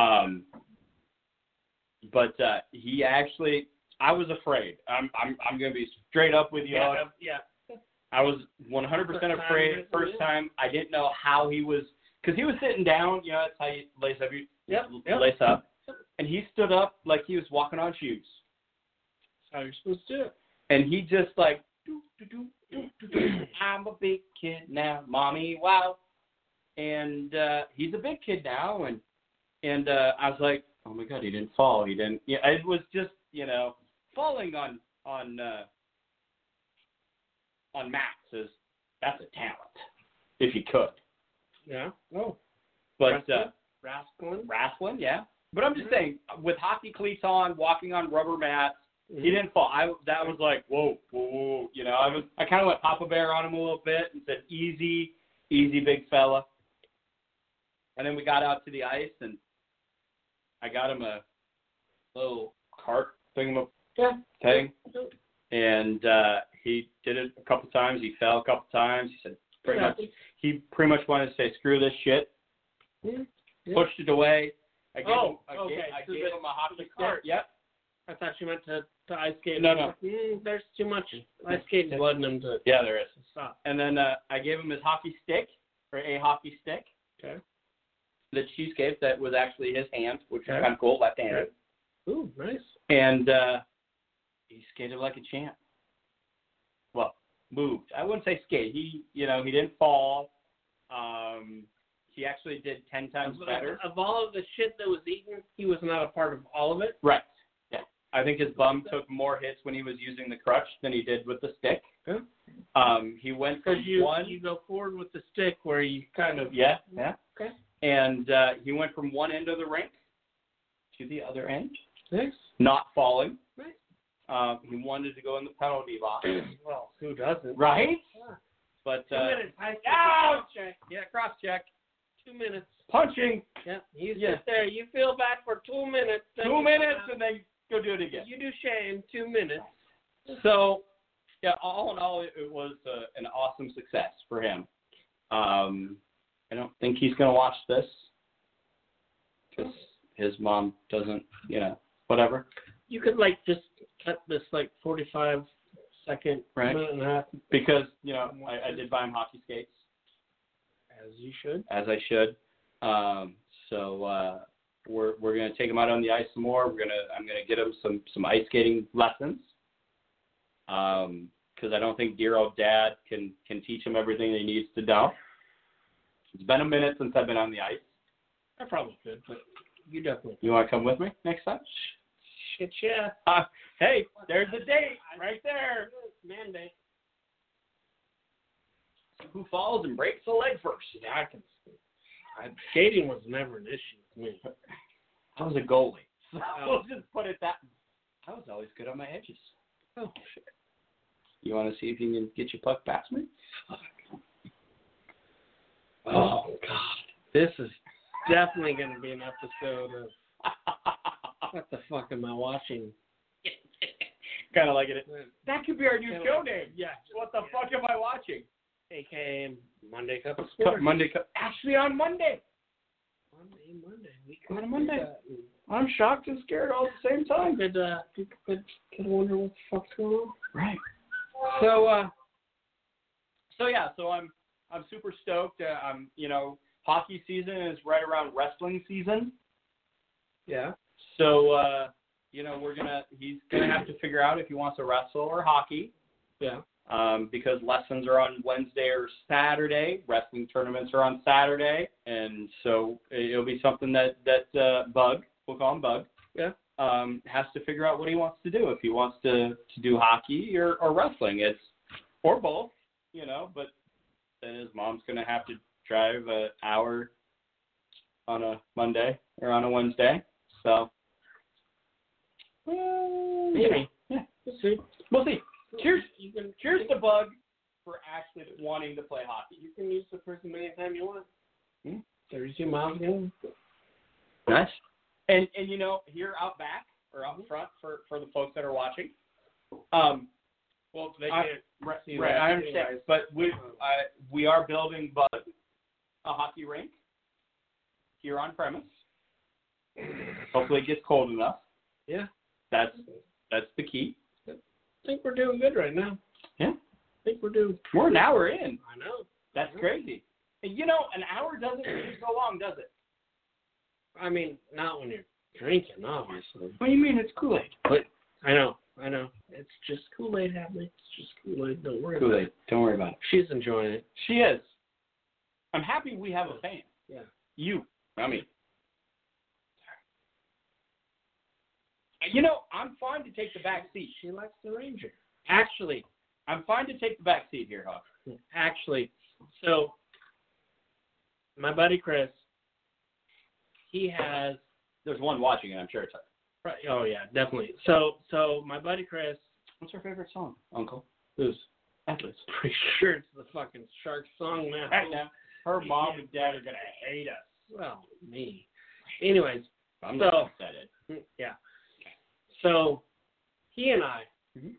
Speaker 2: Um, but uh, he actually, I was afraid. I'm I'm I'm gonna be straight up with you.
Speaker 4: Yeah.
Speaker 2: all.
Speaker 4: that- yeah.
Speaker 2: I was 100% afraid at first time. I didn't know how he was because he was sitting down. You know, that's how you lace up. You
Speaker 4: Yep, yep.
Speaker 2: lace up. And he stood up like he was walking on shoes.
Speaker 4: That's how you're supposed to do it.
Speaker 2: and he just like doo, doo, doo, doo, doo, doo. I'm a big kid now, mommy, wow. And uh he's a big kid now and and uh I was like, Oh my god, he didn't fall, he didn't yeah, it was just, you know, falling on on uh on Max is that's a talent. If you could.
Speaker 4: Yeah. Oh.
Speaker 2: But uh
Speaker 4: Rascal.
Speaker 2: wrestling, yeah. But I'm just
Speaker 4: Mm-hmm.
Speaker 2: saying, with hockey cleats on, walking on rubber mats,
Speaker 4: Mm-hmm.
Speaker 2: he didn't fall. I that was like whoa, whoa, whoa. You know, I was I kind of went Papa Bear on him a little bit and said easy, easy, big fella. And then we got out to the ice and I got him a little cart thing, thing, and uh, he did it a couple times. He fell a couple times. He said pretty much he pretty much wanted to say screw this shit.
Speaker 4: Yeah, yeah.
Speaker 2: Pushed it away. I gave
Speaker 4: Oh,
Speaker 2: him, I
Speaker 4: okay,
Speaker 2: Gave, I
Speaker 4: so
Speaker 2: gave
Speaker 4: the-
Speaker 2: him a hockey
Speaker 4: the cart.
Speaker 2: stick. Yep.
Speaker 4: I thought you meant to, to ice skate.
Speaker 2: No, no.
Speaker 4: Mm, there's too much ice skating blood in them to
Speaker 2: Yeah, there is.
Speaker 4: stop.
Speaker 2: And then uh, I gave him his hockey stick, or a hockey stick.
Speaker 4: Okay.
Speaker 2: That cheesecake that was actually his hand, which
Speaker 4: Okay.
Speaker 2: is kind of cool, left-handed.
Speaker 4: Ooh, nice.
Speaker 2: And uh, he skated like a champ. Well, moved. I wouldn't say skate. He, you know, he didn't fall. Um, he actually did ten times
Speaker 4: Of-
Speaker 2: better.
Speaker 4: Of, all of the shit that was eaten, he was not a part of all of it.
Speaker 2: Right. Yeah. I think his bum took more hits when he was using the crutch than he did with the stick.
Speaker 4: Huh?
Speaker 2: Um, he went
Speaker 4: Because
Speaker 2: from
Speaker 4: you
Speaker 2: one.
Speaker 4: you go forward with the stick where you kind of
Speaker 2: yeah, yeah.
Speaker 4: Okay.
Speaker 2: And uh, he went from one end of the rink to the other end,
Speaker 4: Nice.
Speaker 2: not falling.
Speaker 4: Right.
Speaker 2: Um, he wanted to go in the penalty box.
Speaker 4: Well, who doesn't?
Speaker 2: right.
Speaker 4: Yeah.
Speaker 2: But
Speaker 4: Two
Speaker 2: uh,
Speaker 4: minutes. Ice
Speaker 2: Ouch!
Speaker 4: check.
Speaker 2: yeah, cross check,
Speaker 4: Two minutes.
Speaker 2: punching,
Speaker 4: Yeah. You
Speaker 2: Yeah.
Speaker 4: sit there. You feel bad for two minutes. then
Speaker 2: two
Speaker 4: you-
Speaker 2: minutes, and then go do it again.
Speaker 4: You do shame. Two minutes.
Speaker 2: So, yeah, all in all, it, it was uh, an awesome success for him. Um, I don't think he's going to watch this because his mom doesn't, you know, whatever.
Speaker 4: You could like just cut this like 45 second
Speaker 2: Right.
Speaker 4: minute and a half
Speaker 2: Because, you know, I, I did buy him hockey skates,
Speaker 4: as you should.
Speaker 2: as I should. Um, so, uh, we're we're gonna take him out on the ice some more. We're gonna I'm gonna get him some some ice skating lessons. Um, because I don't think dear old dad can can teach him everything that he needs to know. It's been a minute since I've been on the ice.
Speaker 4: I probably could, but you definitely
Speaker 2: You want to come with me next time?
Speaker 4: shit. Yeah.
Speaker 2: Uh, hey, there's a date right there.
Speaker 4: Mandate.
Speaker 2: Who falls and breaks the leg first?
Speaker 4: Yeah, I can. I, skating was never an issue with me.
Speaker 2: I was a goalie. *laughs* So
Speaker 4: Oh.
Speaker 2: we'll just put it that. I was always good on my edges.
Speaker 4: Oh,
Speaker 2: shit. You want to see if you can get your puck past me?
Speaker 4: Oh God, this is definitely going to be an episode of *laughs* what the fuck am I watching? *laughs*
Speaker 2: kind of like it. That could be our new
Speaker 4: Kinda
Speaker 2: show
Speaker 4: like
Speaker 2: name.
Speaker 4: Yeah,
Speaker 2: What the fuck am I watching?
Speaker 4: aka Monday Cup of
Speaker 2: Cup
Speaker 4: Sports.
Speaker 2: Monday. Cup. Actually, on Monday.
Speaker 4: Monday, Monday, we
Speaker 2: On
Speaker 4: could do
Speaker 2: Monday.
Speaker 4: that.
Speaker 2: I'm shocked and scared all at the same time.
Speaker 4: Could uh, people could could wonder what the fuck's going on.
Speaker 2: Right.
Speaker 4: So uh,
Speaker 2: so yeah, so I'm I'm super stoked. Uh, I'm you know hockey season is right around wrestling season,
Speaker 4: yeah,
Speaker 2: so uh, you know we're gonna he's gonna have to figure out if he wants to wrestle or hockey.
Speaker 4: yeah.
Speaker 2: um, because lessons are on Wednesday or Saturday. Wrestling tournaments are on Saturday, and so it'll be something that that uh, Bug, we'll call him Bug,
Speaker 4: Yeah.
Speaker 2: um, has to figure out what he wants to do. If he wants to to do hockey or, or wrestling, it's or both, you know. But then his mom's gonna have to drive an hour on a Monday or on a Wednesday. So
Speaker 4: Maybe.
Speaker 2: Yeah.
Speaker 4: We'll see.
Speaker 2: we'll see. Cheers.
Speaker 4: You can
Speaker 2: Cheers to Bug for actually wanting to play hockey.
Speaker 4: You can use the person anytime you want.
Speaker 2: Hmm.
Speaker 4: Thirty-two miles an hour.
Speaker 2: Nice. Mm-hmm. And and you know, here out back or out front for for the folks that are watching. Um, well, they
Speaker 4: I-
Speaker 2: can't re-
Speaker 4: see
Speaker 2: right,
Speaker 4: that
Speaker 2: I understand,
Speaker 4: anyways.
Speaker 2: but we I, we are building Bud a hockey rink here on premise. Hopefully, it gets cold enough.
Speaker 4: Yeah.
Speaker 2: That's that's the key.
Speaker 4: I think we're doing good right now.
Speaker 2: Yeah.
Speaker 4: I think we're doing.
Speaker 2: We're an hour in.
Speaker 4: I know.
Speaker 2: That's crazy. And you know, an hour doesn't really go long, does it?
Speaker 4: I mean, not when you're drinking, obviously.
Speaker 2: What do you mean? It's Kool Aid.
Speaker 4: I know. I know. It's just Kool Aid happening. It's just Kool Aid. Don't worry about it.
Speaker 2: Don't worry about it.
Speaker 4: She's enjoying it.
Speaker 2: She is. I'm happy we have a fan.
Speaker 4: Yeah.
Speaker 2: You. I mean. You know, I'm fine to take the back seat.
Speaker 4: She likes the Ranger. Actually,
Speaker 2: I'm fine to take the back seat here, Hawk.
Speaker 4: actually, so my buddy Chris, he has
Speaker 2: There's one watching, and I'm sure it's her.
Speaker 4: Right. Oh yeah, definitely. So so my buddy Chris,
Speaker 2: What's her favorite song, Uncle?
Speaker 4: who's
Speaker 2: Athletes.
Speaker 4: pretty sure it's the fucking Shark song now.
Speaker 2: Right now, her mom and dad are gonna hate us.
Speaker 4: Well, me. Anyways,
Speaker 2: I'm
Speaker 4: So- mm,
Speaker 2: not upset. It.
Speaker 4: yeah. So he and I,
Speaker 2: Mhm.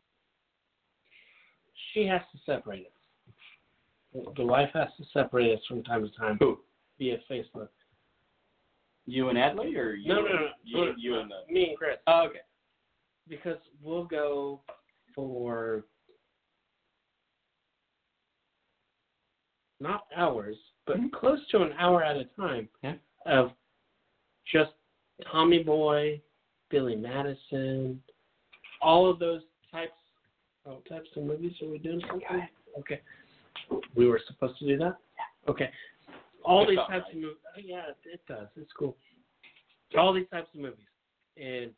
Speaker 4: she has to separate us. The wife has to separate us from time to time
Speaker 2: Who?
Speaker 4: via Facebook.
Speaker 2: You and Adley, or you?
Speaker 4: No, no, no.
Speaker 2: You, you and the.
Speaker 4: Me and Chris.
Speaker 2: Oh, okay.
Speaker 4: because we'll go for not hours, but
Speaker 2: Mhm.
Speaker 4: close to an hour at a time
Speaker 2: Yeah.
Speaker 4: of just Tommy Boy, Billy Madison, all of those types oh, types of movies. Are we doing something? Okay. We were supposed to do that? Yeah. Okay. All
Speaker 2: That
Speaker 4: these
Speaker 2: felt
Speaker 4: types
Speaker 2: right.
Speaker 4: of movies. Yeah, it does. It's cool. All these types of movies. And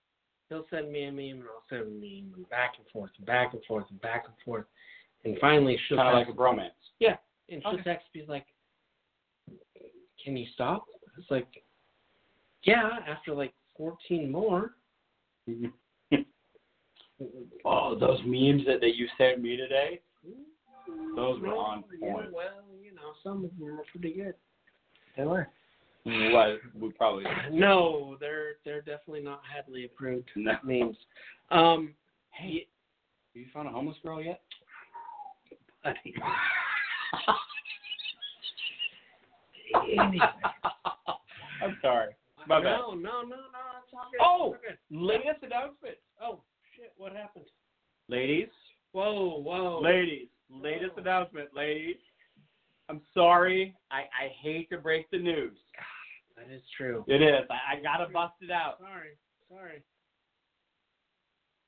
Speaker 4: he'll send me a meme and I'll send him a meme and back and forth and back and forth and back and forth. And finally she'll
Speaker 2: Kind of like
Speaker 4: text,
Speaker 2: a bromance.
Speaker 4: and she'll
Speaker 2: okay.
Speaker 4: text me like Can you stop? It's like Yeah, after like fourteen more.
Speaker 2: Oh, those memes that, that you sent me today. Those were
Speaker 4: Well,
Speaker 2: on
Speaker 4: yeah,
Speaker 2: point.
Speaker 4: well, you know, some of them were pretty good.
Speaker 2: They were. Well, we probably
Speaker 4: No, they're they're definitely not Hadley approved
Speaker 2: no.
Speaker 4: memes. Um
Speaker 2: Hey, have you found a homeless girl yet?
Speaker 4: buddy.
Speaker 2: *laughs*
Speaker 4: Anyway.
Speaker 2: I'm sorry. My bad.
Speaker 4: No, no, no, no, it's all good.
Speaker 2: Oh!
Speaker 4: It's all good.
Speaker 2: Latest announcement.
Speaker 4: Oh shit, what happened?
Speaker 2: Ladies,
Speaker 4: Whoa, whoa.
Speaker 2: ladies, latest announcement, ladies. I'm sorry. I, I hate to break the news.
Speaker 4: That is true.
Speaker 2: It is. I, I gotta bust it out.
Speaker 4: Sorry, sorry.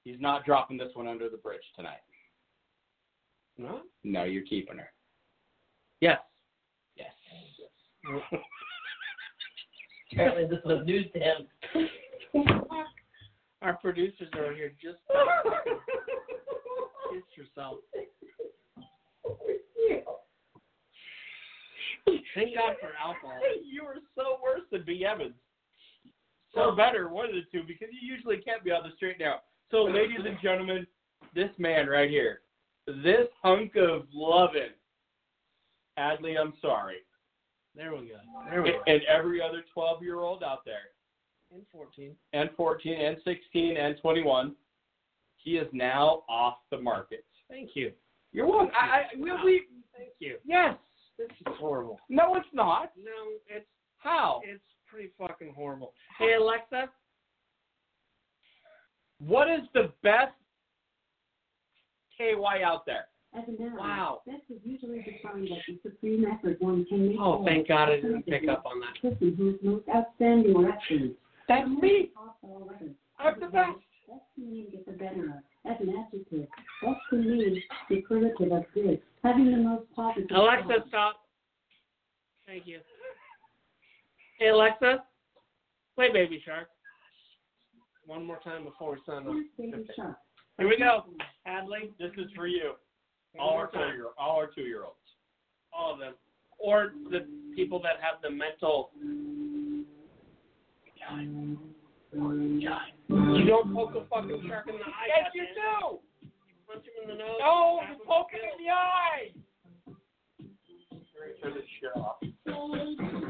Speaker 2: He's not dropping this one under the bridge tonight.
Speaker 4: No?
Speaker 2: No, you're keeping her.
Speaker 4: Yes.
Speaker 2: Yes.
Speaker 4: Apparently this was news to him. *laughs* Our producers are here just to
Speaker 2: *laughs*
Speaker 4: fucking kiss yourself. Thank God for alcohol.
Speaker 2: you were so worse than B. Evans. Or better, one of the two, because you usually can't be on the straight now. So, ladies and gentlemen, this man right here, this hunk of lovin', Adley, I'm sorry,
Speaker 4: There we go. There we go.
Speaker 2: and every other 12 year old out there,
Speaker 4: And 14.
Speaker 2: and 14, and 16, and 21, he is now off the market.
Speaker 4: Thank you.
Speaker 2: You're welcome. I, I, we, we,
Speaker 4: Thank you.
Speaker 2: yes.
Speaker 4: This is horrible.
Speaker 2: No, it's not.
Speaker 4: No, it's
Speaker 2: How?
Speaker 4: it's pretty fucking horrible. Hey Alexa,
Speaker 2: What is the best KY out there?
Speaker 11: As a noun,
Speaker 4: Wow.
Speaker 11: sex is usually defined as the supreme effort one can make.
Speaker 4: Oh,
Speaker 11: for
Speaker 4: thank God I didn't pick up on that.
Speaker 11: The person who is most outstanding or excellent.
Speaker 2: That's me.
Speaker 11: Also,
Speaker 2: I'm the best.
Speaker 11: That's the mean get the better of. That's an adjective. That's the mean, the primitive of good. Having the most positive.
Speaker 4: Alexa, stop. Thank you. Hey, Alexa, play Baby Shark. One more time before we sign off. Here we go. Hadley,
Speaker 2: this is for you.
Speaker 4: One
Speaker 2: All
Speaker 4: more
Speaker 2: our two
Speaker 4: time.
Speaker 2: year all our two year olds.
Speaker 4: all of them, or the people that have the mental. You don't poke a fucking shark in the eye.
Speaker 2: Yes, you
Speaker 4: goddamn.
Speaker 2: do.
Speaker 4: Punch him in the nose.
Speaker 2: No,
Speaker 4: stab
Speaker 2: you
Speaker 4: him
Speaker 2: poke him
Speaker 4: in
Speaker 2: in the eye.
Speaker 4: the- Turn this shit off.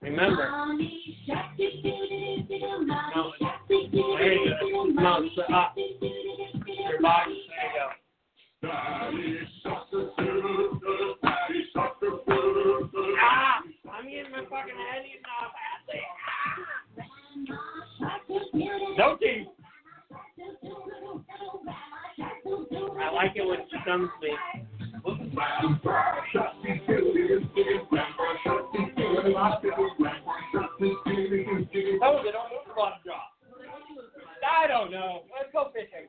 Speaker 4: Remember, no, there you go. No, it's the up. Your body. There you go. Ah, I'm getting my fucking head eaten off. Ashley.
Speaker 2: No teeth.
Speaker 4: I like it when she comes to me.
Speaker 2: Oh, No, they don't move the bottom jaw. I don't know. Let's go fishing.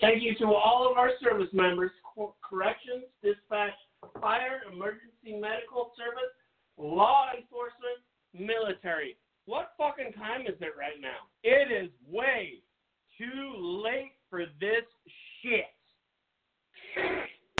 Speaker 4: Thank you to all of our service members,